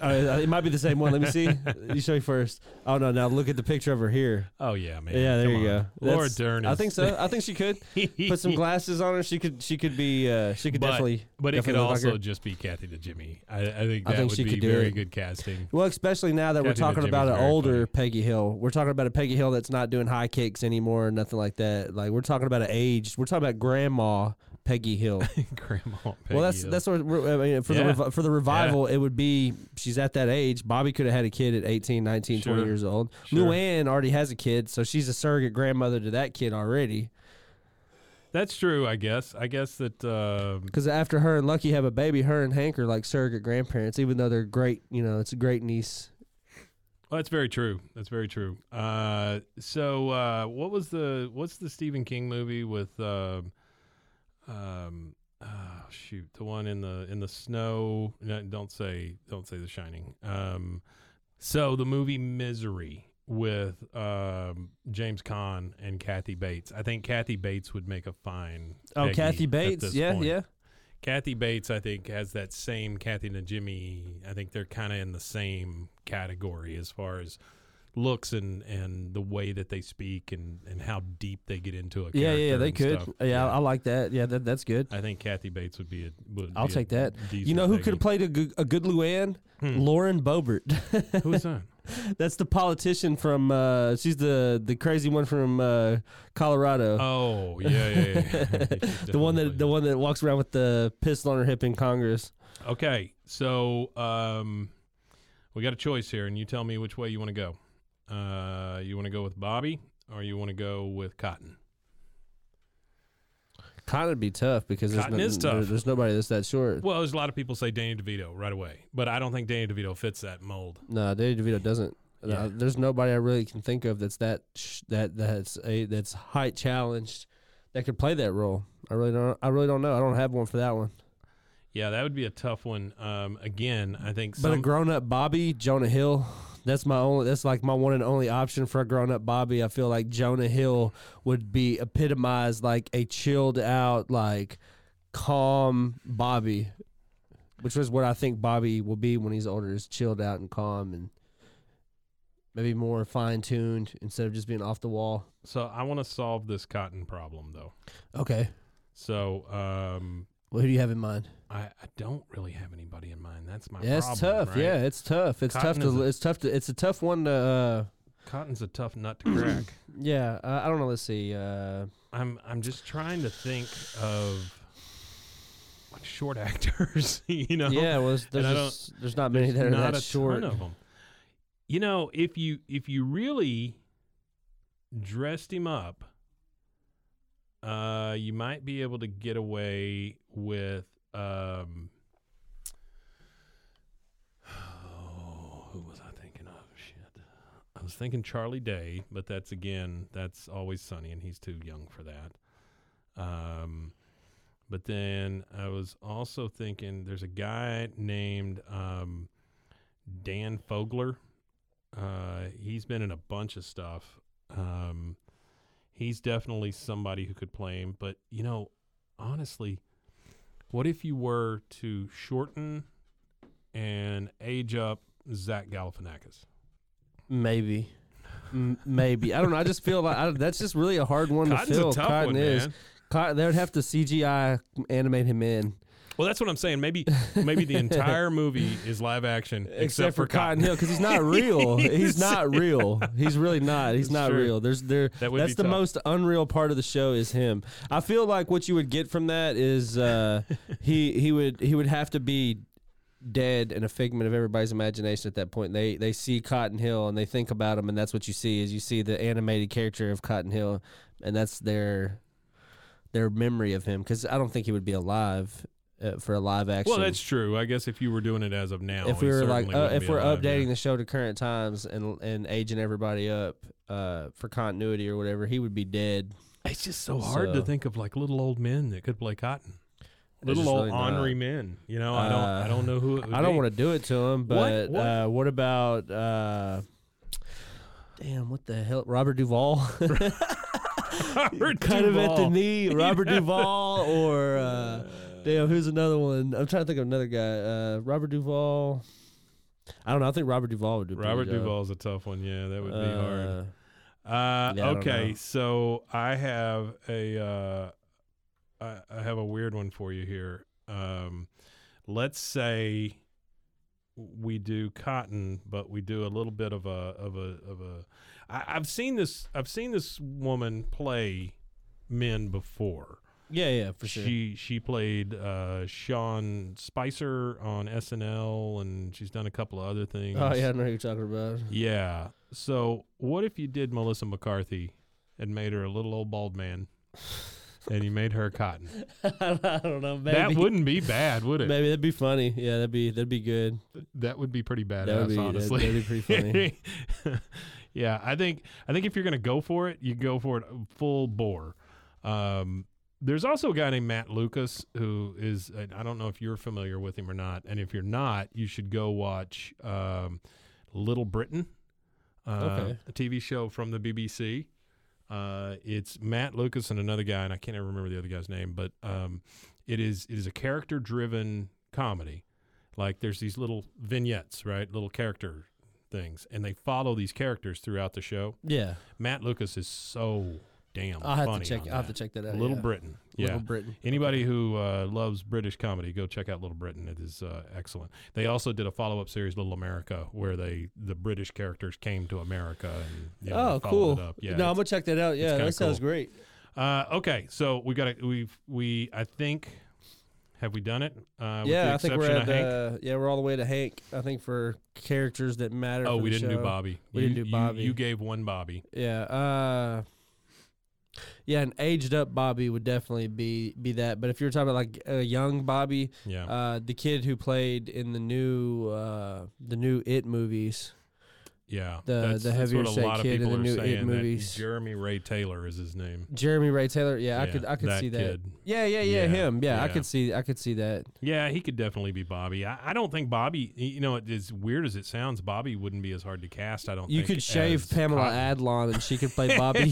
[SPEAKER 3] Uh, it might be the same one. Let me see. You show me first. Oh no! Now look at the picture of her here.
[SPEAKER 2] oh yeah, man.
[SPEAKER 3] yeah, there
[SPEAKER 2] come
[SPEAKER 3] you
[SPEAKER 2] on.
[SPEAKER 3] go.
[SPEAKER 2] Laura
[SPEAKER 3] That's-
[SPEAKER 2] Dern. Is,
[SPEAKER 3] I think so. I think she could put some glasses on her. She could. She could be. Uh, she could
[SPEAKER 2] But,
[SPEAKER 3] definitely.
[SPEAKER 2] but it could
[SPEAKER 3] definitely look like her.
[SPEAKER 2] also just be Kathy to Jimmy. I, I think
[SPEAKER 3] I
[SPEAKER 2] that
[SPEAKER 3] think
[SPEAKER 2] would
[SPEAKER 3] she
[SPEAKER 2] be
[SPEAKER 3] could do
[SPEAKER 2] very
[SPEAKER 3] it.
[SPEAKER 2] good casting.
[SPEAKER 3] Well, especially now that
[SPEAKER 2] Kathy
[SPEAKER 3] we're talking
[SPEAKER 2] Najimy
[SPEAKER 3] about
[SPEAKER 2] is
[SPEAKER 3] an
[SPEAKER 2] very funny.
[SPEAKER 3] older Peggy Hill. We're talking about a Peggy Hill that's not doing high kicks anymore or nothing like that. Like we're talking about an aged. We're talking about Grandma Peggy Hill.
[SPEAKER 2] Grandma. Peggy
[SPEAKER 3] well, that's
[SPEAKER 2] Hill.
[SPEAKER 3] that's what we're, I mean, for the
[SPEAKER 2] Yeah.
[SPEAKER 3] revi- for the revival. It would be she's at that age. Bobby could have had a kid at 18, 19, 20
[SPEAKER 2] Sure.
[SPEAKER 3] years old.
[SPEAKER 2] Sure.
[SPEAKER 3] Luann already has a kid, so she's a surrogate grandmother to that kid already.
[SPEAKER 2] that's true. I guess. I guess that. um
[SPEAKER 3] Because after her and Lucky have a baby, her and Hank are like surrogate grandparents, even though they're great. You know, it's a great niece.
[SPEAKER 2] Well, that's very true. That's very true. Uh, so, uh, what was the what's the Stephen King movie with, um, um, oh, shoot, the one in the in the snow? No, don't say don't say The Shining. Um, so the movie Misery with um, James Caan and Kathy Bates. I think Kathy Bates would make a fine.
[SPEAKER 3] Oh,
[SPEAKER 2] Peggy
[SPEAKER 3] Kathy
[SPEAKER 2] at
[SPEAKER 3] Bates.
[SPEAKER 2] this
[SPEAKER 3] Yeah,
[SPEAKER 2] point.
[SPEAKER 3] yeah.
[SPEAKER 2] Kathy Bates, I think, has that same Kathy and Jimmy. I think they're kind of in the same category as far as looks and and the way that they speak and and how deep they get into a character.
[SPEAKER 3] Yeah, yeah, they
[SPEAKER 2] and
[SPEAKER 3] could.
[SPEAKER 2] stuff.
[SPEAKER 3] Yeah, I like that. Yeah, that, that's good.
[SPEAKER 2] I think Kathy Bates would be a. Would
[SPEAKER 3] I'll
[SPEAKER 2] be a
[SPEAKER 3] take that. You
[SPEAKER 2] decent
[SPEAKER 3] know who
[SPEAKER 2] Peggy.
[SPEAKER 3] could have played a good, a good Luann?
[SPEAKER 2] Hmm.
[SPEAKER 3] Lauren Boebert.
[SPEAKER 2] Who's that?
[SPEAKER 3] that's the politician from. Uh, she's the the crazy one from uh, Colorado.
[SPEAKER 2] Oh yeah, yeah, yeah.
[SPEAKER 3] the one that the one that walks around with the pistol on her hip in Congress.
[SPEAKER 2] Okay, so um, we got a choice here, and you tell me which way you want to go. Uh, you want to go with Bobby, or you want to go with Cotton?
[SPEAKER 3] Cotton would be tough because there's,
[SPEAKER 2] Cotton is
[SPEAKER 3] there-
[SPEAKER 2] tough.
[SPEAKER 3] there's nobody that's that short.
[SPEAKER 2] Well, there's a lot of people say Danny DeVito right away, but I don't think Danny DeVito fits that mold.
[SPEAKER 3] No, Danny DeVito doesn't. No,
[SPEAKER 2] Yeah.
[SPEAKER 3] there's nobody I really can think of that's that sh- that that's a that's height challenged that could play that role. I really don't. I really don't know. I don't have one for that one.
[SPEAKER 2] Yeah, that would be a tough one. Um, again, I think
[SPEAKER 3] But a
[SPEAKER 2] some-
[SPEAKER 3] grown up Bobby Jonah Hill, That's my only. That's like my one and only option for a grown-up Bobby. I feel like Jonah Hill would be epitomized like a chilled out, like calm Bobby, which was what I think Bobby will be when he's older. Is chilled out and calm and maybe more fine-tuned instead of just being off the wall.
[SPEAKER 2] So I want to solve this cotton problem though.
[SPEAKER 3] Okay.
[SPEAKER 2] So um,
[SPEAKER 3] Well, who do you have in mind?
[SPEAKER 2] I, I don't really have anybody in mind. That's my
[SPEAKER 3] Yeah, it's
[SPEAKER 2] problem.
[SPEAKER 3] tough.
[SPEAKER 2] right?
[SPEAKER 3] Yeah, it's tough. It's
[SPEAKER 2] Cotton
[SPEAKER 3] tough
[SPEAKER 2] is
[SPEAKER 3] to.
[SPEAKER 2] a-
[SPEAKER 3] it's tough to. It's a tough one to. Uh,
[SPEAKER 2] cotton's a tough nut to crack.
[SPEAKER 3] yeah, uh, I don't know. Let's see. Uh,
[SPEAKER 2] I'm I'm just trying to think of like short actors. you know,
[SPEAKER 3] Yeah, well, there's
[SPEAKER 2] And I
[SPEAKER 3] there's,
[SPEAKER 2] don't-
[SPEAKER 3] just- there's not many that are
[SPEAKER 2] not
[SPEAKER 3] that
[SPEAKER 2] a
[SPEAKER 3] short.
[SPEAKER 2] ton of them. You know, if you if you really dressed him up, uh, you might be able to get away with. Um, oh, who was I thinking of? Shit, I was thinking Charlie Day, but that's again that's always Sunny, and he's too young for that. Um, but then I was also thinking there's a guy named um, Dan Fogler. Uh, he's been in a bunch of stuff. Um, he's definitely somebody who could play him. But, you know, honestly, what if you were to shorten and age up Zach Galifianakis?
[SPEAKER 3] Maybe, M- maybe I don't know. I just feel like I, that's just really a hard one
[SPEAKER 2] Cotton's
[SPEAKER 3] to fill.
[SPEAKER 2] a tough
[SPEAKER 3] Cotton
[SPEAKER 2] one,
[SPEAKER 3] is.
[SPEAKER 2] man.
[SPEAKER 3] Cotton, they would have to CGI animate him in,
[SPEAKER 2] Well, that's what I'm saying. Maybe maybe the entire movie is live action except, for Cotton.
[SPEAKER 3] Hill because he's not real. he's not real. He's really not. He's
[SPEAKER 2] It's
[SPEAKER 3] not
[SPEAKER 2] true.
[SPEAKER 3] real. There's there.
[SPEAKER 2] That would
[SPEAKER 3] that's
[SPEAKER 2] be
[SPEAKER 3] the
[SPEAKER 2] tough.
[SPEAKER 3] most unreal part of the show is him. I feel like what you would get from that is uh, he he would he would have to be dead and a figment of everybody's imagination at that point. They they see Cotton Hill and they think about him, and that's what you see is you see the animated character of Cotton Hill, and that's their their memory of him because I don't think he would be alive uh, for a live action.
[SPEAKER 2] Well, that's true. I guess if you were doing it as of now,
[SPEAKER 3] if
[SPEAKER 2] he
[SPEAKER 3] we were like
[SPEAKER 2] Oh, certainly
[SPEAKER 3] uh,
[SPEAKER 2] wouldn't
[SPEAKER 3] if
[SPEAKER 2] be
[SPEAKER 3] we're
[SPEAKER 2] alive,
[SPEAKER 3] updating
[SPEAKER 2] yeah.
[SPEAKER 3] the show to current times and and aging everybody up uh, for continuity or whatever, he would be dead.
[SPEAKER 2] it's just so hard
[SPEAKER 3] So-
[SPEAKER 2] to think of like little old men that could play Cotton.
[SPEAKER 3] There's
[SPEAKER 2] Little
[SPEAKER 3] just
[SPEAKER 2] old
[SPEAKER 3] really not.
[SPEAKER 2] ornery men. You know, I don't.
[SPEAKER 3] Uh,
[SPEAKER 2] I don't know who. It would
[SPEAKER 3] I don't
[SPEAKER 2] be.
[SPEAKER 3] want to do it to him, but
[SPEAKER 2] What-
[SPEAKER 3] Uh, what about uh, damn? What the hell, Robert Duvall?
[SPEAKER 2] Robert
[SPEAKER 3] kind of at the
[SPEAKER 2] Duvall.
[SPEAKER 3] knee, Robert Duvall, or uh, damn, who's another one? I'm trying to think of another guy. Uh, Robert Duvall. I don't know. I think Robert Duvall would do. a pretty
[SPEAKER 2] Robert
[SPEAKER 3] good job.
[SPEAKER 2] Duvall's a tough one. Yeah, that would be hard.
[SPEAKER 3] Uh,
[SPEAKER 2] Uh,
[SPEAKER 3] yeah, I don't
[SPEAKER 2] okay,
[SPEAKER 3] know.
[SPEAKER 2] so I have a uh, I, I have a weird one for you here. Um, let's say we do cotton, but we do a little bit of a of a of a. I, I've seen this. I've seen this woman play men before.
[SPEAKER 3] Yeah, yeah, for sure.
[SPEAKER 2] She she played uh, Sean Spicer on SNL, and she's done a couple of other things.
[SPEAKER 3] oh yeah, I know who you're talking about.
[SPEAKER 2] Yeah. So what if you did Melissa McCarthy and made her a little old bald man, and you made her cotton?
[SPEAKER 3] I don't know. Maybe
[SPEAKER 2] That wouldn't be bad, would it?
[SPEAKER 3] Maybe that'd be funny. Yeah, that'd be that'd be good.
[SPEAKER 2] That would be pretty badass,
[SPEAKER 3] That would be that'd,
[SPEAKER 2] honestly.
[SPEAKER 3] that'd be pretty funny.
[SPEAKER 2] yeah, I think I think if you're gonna go for it, you go for it full bore. Um, there's also a guy named Matt Lucas who is and I don't know if you're familiar with him or not, and if you're not, you should go watch um, Little Britain, uh,
[SPEAKER 3] Okay.
[SPEAKER 2] a TV show from the BBC. Uh, it's Matt Lucas and another guy, and I can't even remember the other guy's name, but um, it is it is a character driven comedy like there's these little vignettes right little character things and they follow these characters throughout the show
[SPEAKER 3] yeah,
[SPEAKER 2] matt lucas is so damn
[SPEAKER 3] I'll have
[SPEAKER 2] funny
[SPEAKER 3] to check.
[SPEAKER 2] on
[SPEAKER 3] I'll have to
[SPEAKER 2] that.
[SPEAKER 3] check that out.
[SPEAKER 2] little
[SPEAKER 3] yeah.
[SPEAKER 2] britain yeah
[SPEAKER 3] Little Britain.
[SPEAKER 2] Anybody who uh, loves British comedy, go check out Little Britain. It is uh, excellent. They also did a follow-up series, Little America, where they the British characters came to America and you know,
[SPEAKER 3] oh,
[SPEAKER 2] followed
[SPEAKER 3] cool.
[SPEAKER 2] it up. Yeah,
[SPEAKER 3] no, I'm
[SPEAKER 2] it's-
[SPEAKER 3] gonna check that out. Yeah,
[SPEAKER 2] kinda
[SPEAKER 3] that sounds
[SPEAKER 2] cool.
[SPEAKER 3] great.
[SPEAKER 2] uh, okay, so we got to we we I think have we done it? Uh, with the
[SPEAKER 3] yeah, I think we're
[SPEAKER 2] exception
[SPEAKER 3] at.
[SPEAKER 2] of Hank?
[SPEAKER 3] Uh, yeah, we're all the way to Hank. I think for characters that matter.
[SPEAKER 2] Oh,
[SPEAKER 3] for
[SPEAKER 2] we
[SPEAKER 3] the
[SPEAKER 2] didn't do
[SPEAKER 3] show.
[SPEAKER 2] Bobby.
[SPEAKER 3] We
[SPEAKER 2] You-
[SPEAKER 3] didn't do
[SPEAKER 2] you-
[SPEAKER 3] Bobby.
[SPEAKER 2] You, gave one Bobby.
[SPEAKER 3] Yeah. Uh, yeah, an aged up Bobby would definitely be be that. But if you're talking about like a young Bobby,
[SPEAKER 2] Yeah.
[SPEAKER 3] uh, the kid who played in the new uh, the new It movies.
[SPEAKER 4] Yeah,
[SPEAKER 3] The- the heavier set kid in the new It
[SPEAKER 4] that
[SPEAKER 3] movies.
[SPEAKER 4] Jeremy Ray Taylor is his name.
[SPEAKER 3] Jeremy Ray Taylor. Yeah, I
[SPEAKER 4] Yeah,
[SPEAKER 3] could I could
[SPEAKER 4] that
[SPEAKER 3] see that.
[SPEAKER 4] kid.
[SPEAKER 3] Yeah, yeah, yeah,
[SPEAKER 4] Yeah,
[SPEAKER 3] him. Yeah, I
[SPEAKER 4] yeah.
[SPEAKER 3] could see I could see that.
[SPEAKER 4] Yeah, he could definitely be Bobby. I, I don't think Bobby. You know, it- as weird as it sounds, Bobby wouldn't be as hard to cast. I don't.
[SPEAKER 3] You
[SPEAKER 4] think,
[SPEAKER 3] could shave
[SPEAKER 4] as
[SPEAKER 3] Pamela
[SPEAKER 4] uh, Cotton.
[SPEAKER 3] Adlon and she could play Bobby.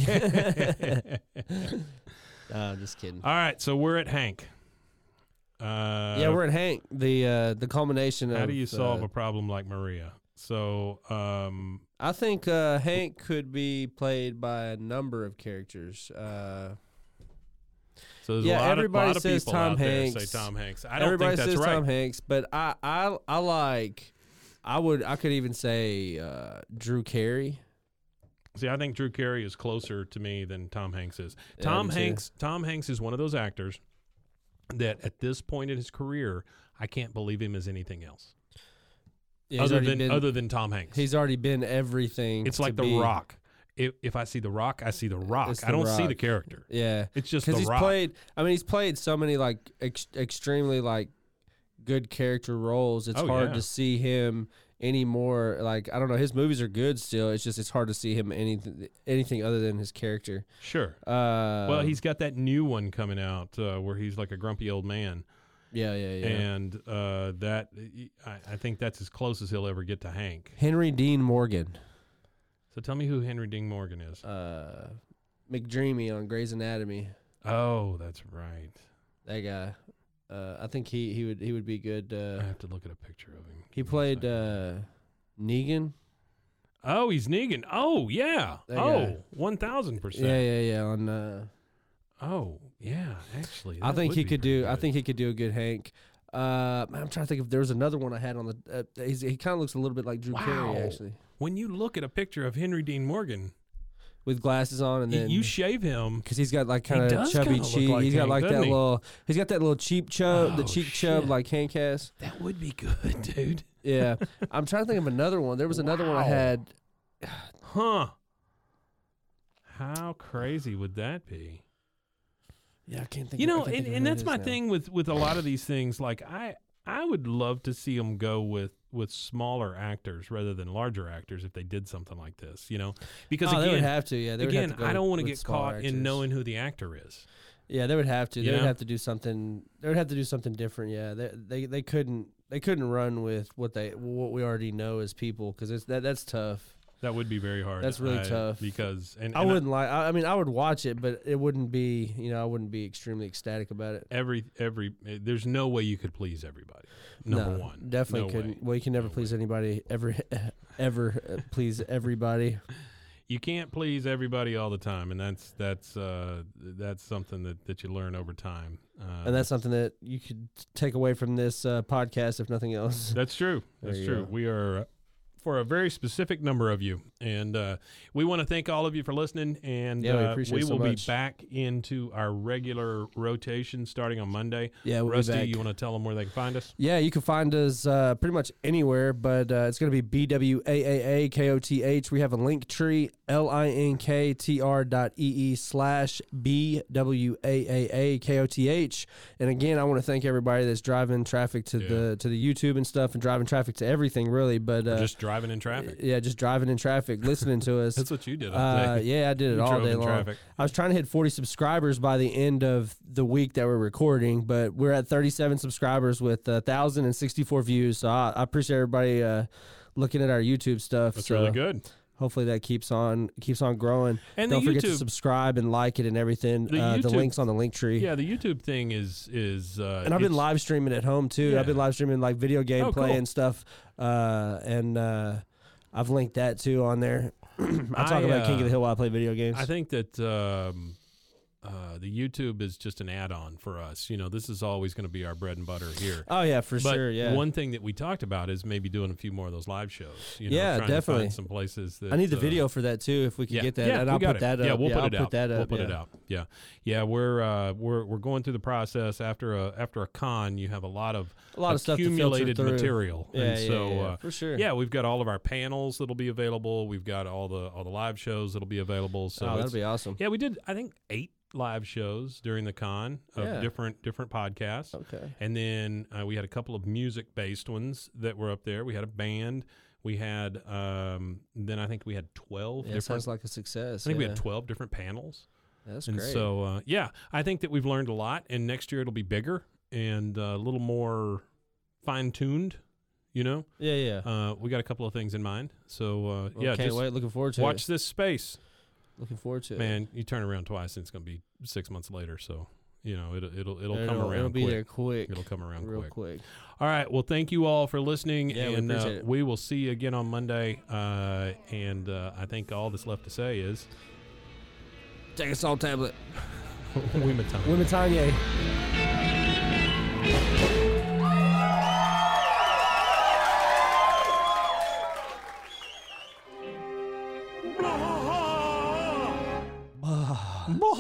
[SPEAKER 3] uh, just kidding.
[SPEAKER 4] All right, so we're at Hank. Uh,
[SPEAKER 3] yeah, we're at Hank. The uh, the culmination of
[SPEAKER 4] How do you solve
[SPEAKER 3] uh,
[SPEAKER 4] a problem like Maria? So, um,
[SPEAKER 3] I think uh, Hank could be played by a number of characters. Uh,
[SPEAKER 4] so there's
[SPEAKER 3] Yeah,
[SPEAKER 4] a lot
[SPEAKER 3] everybody
[SPEAKER 4] of, lot of
[SPEAKER 3] says
[SPEAKER 4] people
[SPEAKER 3] Tom
[SPEAKER 4] out there
[SPEAKER 3] Hanks.
[SPEAKER 4] say Tom Hanks. I don't
[SPEAKER 3] everybody
[SPEAKER 4] think that's
[SPEAKER 3] says
[SPEAKER 4] right.
[SPEAKER 3] Tom Hanks, but I, I I like I would I could even say uh, Drew Carey.
[SPEAKER 4] See, I think Drew Carey is closer to me than Tom Hanks is.
[SPEAKER 3] Yeah, I
[SPEAKER 4] Tom
[SPEAKER 3] do too.
[SPEAKER 4] Hanks, Tom Hanks is one of those actors that at this point in his career, I can't believe him as anything else
[SPEAKER 3] Yeah, he's
[SPEAKER 4] other
[SPEAKER 3] already
[SPEAKER 4] than
[SPEAKER 3] been,
[SPEAKER 4] other than Tom Hanks.
[SPEAKER 3] he's already been everything.
[SPEAKER 4] it's
[SPEAKER 3] to
[SPEAKER 4] like The
[SPEAKER 3] be-
[SPEAKER 4] Rock. If, if I see The Rock, I see The Rock.
[SPEAKER 3] It's
[SPEAKER 4] I
[SPEAKER 3] The
[SPEAKER 4] don't see the
[SPEAKER 3] Rock.
[SPEAKER 4] character.
[SPEAKER 3] Yeah,
[SPEAKER 4] It's just The
[SPEAKER 3] because he's
[SPEAKER 4] Rock.
[SPEAKER 3] played. I mean, he's played so many like ex- extremely like good character roles. It's
[SPEAKER 4] Oh,
[SPEAKER 3] hard
[SPEAKER 4] yeah.
[SPEAKER 3] to see him anymore. Like I don't know, his movies are good still. It's just it's hard to see him anything anything other than his character.
[SPEAKER 4] sure.
[SPEAKER 3] Uh,
[SPEAKER 4] well, he's got that new one coming out uh, where he's like a grumpy old man,
[SPEAKER 3] yeah, yeah, yeah.
[SPEAKER 4] and uh, that I, I think that's as close as he'll ever get to Hank.
[SPEAKER 3] Henry Dean Morgan,
[SPEAKER 4] So tell me who Henry Ding Morgan is.
[SPEAKER 3] uh, McDreamy on Grey's Anatomy.
[SPEAKER 4] Oh, that's right.
[SPEAKER 3] That guy. Uh, I think he he would he would be good.
[SPEAKER 4] I
[SPEAKER 3] Uh,
[SPEAKER 4] have to look at a picture of him.
[SPEAKER 3] he
[SPEAKER 4] Give me a
[SPEAKER 3] played
[SPEAKER 4] second.
[SPEAKER 3] uh, Negan.
[SPEAKER 4] oh, he's Negan. Oh, yeah.
[SPEAKER 3] That guy.
[SPEAKER 4] Oh, one thousand
[SPEAKER 3] Yeah,
[SPEAKER 4] percent.
[SPEAKER 3] yeah, yeah. On uh,
[SPEAKER 4] Oh, yeah. Actually,
[SPEAKER 3] I
[SPEAKER 4] that
[SPEAKER 3] think
[SPEAKER 4] would
[SPEAKER 3] he
[SPEAKER 4] be
[SPEAKER 3] could
[SPEAKER 4] pretty
[SPEAKER 3] do. I
[SPEAKER 4] good.
[SPEAKER 3] think he could do a good Hank. Uh, man, I'm trying to think if there was another one I had on the. Uh, he's, he kind of looks a little bit like Drew
[SPEAKER 4] Wow.
[SPEAKER 3] Carey actually,
[SPEAKER 4] when you look at a picture of Henry Dean Morgan,
[SPEAKER 3] with glasses on, and
[SPEAKER 4] y-
[SPEAKER 3] then
[SPEAKER 4] you shave him.
[SPEAKER 3] because he's got like kind of
[SPEAKER 4] does
[SPEAKER 3] chubby
[SPEAKER 4] kinda look
[SPEAKER 3] cheek.
[SPEAKER 4] like
[SPEAKER 3] he's got
[SPEAKER 4] Hank,
[SPEAKER 3] like that
[SPEAKER 4] doesn't he?
[SPEAKER 3] little. He's got that little cheap chub, the
[SPEAKER 4] Oh,
[SPEAKER 3] cheek chub
[SPEAKER 4] shit.
[SPEAKER 3] like Hank has.
[SPEAKER 4] That would be good, dude.
[SPEAKER 3] Yeah, I'm trying to think of another one. There was another one I
[SPEAKER 4] Wow.
[SPEAKER 3] had.
[SPEAKER 4] Huh? How crazy would that be?
[SPEAKER 3] Yeah, I can't think.
[SPEAKER 4] you
[SPEAKER 3] of- I
[SPEAKER 4] know
[SPEAKER 3] can't think
[SPEAKER 4] and,
[SPEAKER 3] of
[SPEAKER 4] and
[SPEAKER 3] who it
[SPEAKER 4] that's
[SPEAKER 3] is
[SPEAKER 4] my
[SPEAKER 3] now.
[SPEAKER 4] thing with with a lot of these things like i i would love to see them go with with smaller actors rather than larger actors if they did something like this you know because
[SPEAKER 3] oh, they would
[SPEAKER 4] again
[SPEAKER 3] have to. Yeah, they would have
[SPEAKER 4] again
[SPEAKER 3] to go
[SPEAKER 4] i don't
[SPEAKER 3] with-
[SPEAKER 4] want to
[SPEAKER 3] with
[SPEAKER 4] get
[SPEAKER 3] smaller
[SPEAKER 4] caught
[SPEAKER 3] actors.
[SPEAKER 4] in knowing who the actor is
[SPEAKER 3] Yeah, they would have to. They
[SPEAKER 4] You
[SPEAKER 3] would
[SPEAKER 4] know?
[SPEAKER 3] have to do something. They would have to do something different. Yeah, they they, they couldn't they couldn't run with what they what we already know as people because it's that that's tough.
[SPEAKER 4] that would be very hard
[SPEAKER 3] That's really
[SPEAKER 4] I-
[SPEAKER 3] tough.
[SPEAKER 4] because and,
[SPEAKER 3] I
[SPEAKER 4] and
[SPEAKER 3] wouldn't like. I, I mean, I would watch it, but it wouldn't be you know I wouldn't be extremely ecstatic about it.
[SPEAKER 4] every every eh, there's no way you could please everybody number
[SPEAKER 3] No,
[SPEAKER 4] one
[SPEAKER 3] definitely
[SPEAKER 4] No way.
[SPEAKER 3] couldn't. Well, you can never
[SPEAKER 4] No
[SPEAKER 3] please anybody ever ever uh, please everybody.
[SPEAKER 4] you can't please everybody all the time and that's that's uh that's something that that you learn over time uh,
[SPEAKER 3] And that's something that you could take away from this uh, podcast, if nothing else.
[SPEAKER 4] That's true.
[SPEAKER 3] There
[SPEAKER 4] That's
[SPEAKER 3] you
[SPEAKER 4] true.
[SPEAKER 3] go.
[SPEAKER 4] We are uh, for a very specific number of you, and uh, we want to thank all of you for listening. And
[SPEAKER 3] Yeah, we
[SPEAKER 4] uh,
[SPEAKER 3] appreciate it so
[SPEAKER 4] will
[SPEAKER 3] much.
[SPEAKER 4] be back into our regular rotation starting on Monday.
[SPEAKER 3] Yeah, we'll be
[SPEAKER 4] Rusty,
[SPEAKER 3] back.
[SPEAKER 4] you want to tell them where they can find us?
[SPEAKER 3] Yeah, you can find us uh, pretty much anywhere, but uh, it's going to be B-W-A-A-A-K-O-T-H. We have a link tree, L-I-N-K-T-R dot E-E slash B-W-A-A-A-K-O-T-H. And again, I want to thank everybody that's driving traffic to
[SPEAKER 4] Yeah.
[SPEAKER 3] the to the YouTube and stuff and driving traffic to everything, really. But
[SPEAKER 4] We're
[SPEAKER 3] uh,
[SPEAKER 4] just driving in traffic.
[SPEAKER 3] yeah, just driving in traffic, listening to us.
[SPEAKER 4] That's what you did. all
[SPEAKER 3] Uh,
[SPEAKER 4] day.
[SPEAKER 3] yeah, I did it
[SPEAKER 4] You
[SPEAKER 3] all
[SPEAKER 4] drove
[SPEAKER 3] day
[SPEAKER 4] in
[SPEAKER 3] long.
[SPEAKER 4] traffic.
[SPEAKER 3] I was trying to hit 40 subscribers by the end of the week that we're recording, but we're at 37 subscribers with uh, 1,064 views. So I, I appreciate everybody uh, looking at our YouTube stuff.
[SPEAKER 4] That's
[SPEAKER 3] so
[SPEAKER 4] really good.
[SPEAKER 3] Hopefully that keeps on keeps on growing.
[SPEAKER 4] And the
[SPEAKER 3] don't forget to
[SPEAKER 4] YouTube-
[SPEAKER 3] subscribe and like it and everything.
[SPEAKER 4] The
[SPEAKER 3] uh, the
[SPEAKER 4] YouTube-
[SPEAKER 3] links on the link tree.
[SPEAKER 4] Yeah, the YouTube thing is is. Uh,
[SPEAKER 3] And I've been
[SPEAKER 4] it's-
[SPEAKER 3] live streaming at home too.
[SPEAKER 4] Yeah.
[SPEAKER 3] I've been live streaming like video game
[SPEAKER 4] Oh,
[SPEAKER 3] play
[SPEAKER 4] cool.
[SPEAKER 3] and stuff. Uh, and uh, I've linked that too on there. I talk
[SPEAKER 4] I,
[SPEAKER 3] about King of
[SPEAKER 4] uh,
[SPEAKER 3] the Hill while I play video games.
[SPEAKER 4] I think that um, uh, the YouTube is just an add-on for us. You know, this is always going to be our bread and butter here.
[SPEAKER 3] Oh yeah, for
[SPEAKER 4] but
[SPEAKER 3] sure. Yeah.
[SPEAKER 4] One thing that we talked about is maybe doing a few more of those live shows. You know,
[SPEAKER 3] Yeah,
[SPEAKER 4] trying to find
[SPEAKER 3] definitely.
[SPEAKER 4] some places that
[SPEAKER 3] I need the
[SPEAKER 4] uh,
[SPEAKER 3] video for that too. If we could
[SPEAKER 4] Yeah,
[SPEAKER 3] get that,
[SPEAKER 4] yeah,
[SPEAKER 3] and
[SPEAKER 4] we
[SPEAKER 3] I'll
[SPEAKER 4] got
[SPEAKER 3] put
[SPEAKER 4] it.
[SPEAKER 3] that up.
[SPEAKER 4] Yeah, we'll
[SPEAKER 3] I'll
[SPEAKER 4] put it out.
[SPEAKER 3] Put that up.
[SPEAKER 4] We'll put
[SPEAKER 3] yeah.
[SPEAKER 4] it out. Yeah, yeah. We're uh, we're we're going through the process after a after a con. You have a lot of
[SPEAKER 3] A lot of stuff to filter
[SPEAKER 4] accumulated
[SPEAKER 3] through.
[SPEAKER 4] material,
[SPEAKER 3] Yeah,
[SPEAKER 4] and
[SPEAKER 3] yeah,
[SPEAKER 4] so
[SPEAKER 3] yeah,
[SPEAKER 4] uh,
[SPEAKER 3] for sure.
[SPEAKER 4] Yeah, we've got all of our panels that'll be available. We've got all the all the live shows that'll be available. So
[SPEAKER 3] oh,
[SPEAKER 4] it's-
[SPEAKER 3] that'd be awesome.
[SPEAKER 4] yeah, we did. I think eight live shows during the con of
[SPEAKER 3] Yeah.
[SPEAKER 4] different different podcasts.
[SPEAKER 3] Okay.
[SPEAKER 4] And then uh, we had a couple of music based ones that were up there. We had a band. We had um, then I think we had twelve
[SPEAKER 3] Yeah, it
[SPEAKER 4] different.
[SPEAKER 3] sounds like a success.
[SPEAKER 4] I think
[SPEAKER 3] yeah.
[SPEAKER 4] we had twelve different panels,
[SPEAKER 3] That's
[SPEAKER 4] and
[SPEAKER 3] great.
[SPEAKER 4] so uh, yeah, I think that we've learned a lot, and next year it'll be bigger and uh, a little more fine tuned. You know,
[SPEAKER 3] yeah, yeah.
[SPEAKER 4] uh, we got a couple of things in mind, so uh, yeah,
[SPEAKER 3] can't
[SPEAKER 4] just
[SPEAKER 3] wait. Looking forward to
[SPEAKER 4] watch
[SPEAKER 3] it.
[SPEAKER 4] this space,
[SPEAKER 3] Looking forward to it.
[SPEAKER 4] man. You turn around twice, and it's gonna be six months later. So you know, it'll it'll it'll
[SPEAKER 3] it'll
[SPEAKER 4] come around
[SPEAKER 3] It'll be
[SPEAKER 4] quick.
[SPEAKER 3] there quick.
[SPEAKER 4] It'll come around
[SPEAKER 3] real
[SPEAKER 4] quick.
[SPEAKER 3] quick.
[SPEAKER 4] All right. Well, thank you all for listening,
[SPEAKER 3] Yeah, we
[SPEAKER 4] and uh,
[SPEAKER 3] appreciate it.
[SPEAKER 4] we will see you again on Monday. Uh, and uh, I think all that's left to say is
[SPEAKER 3] Take a salt tablet.
[SPEAKER 4] we time.
[SPEAKER 5] Women Tanya.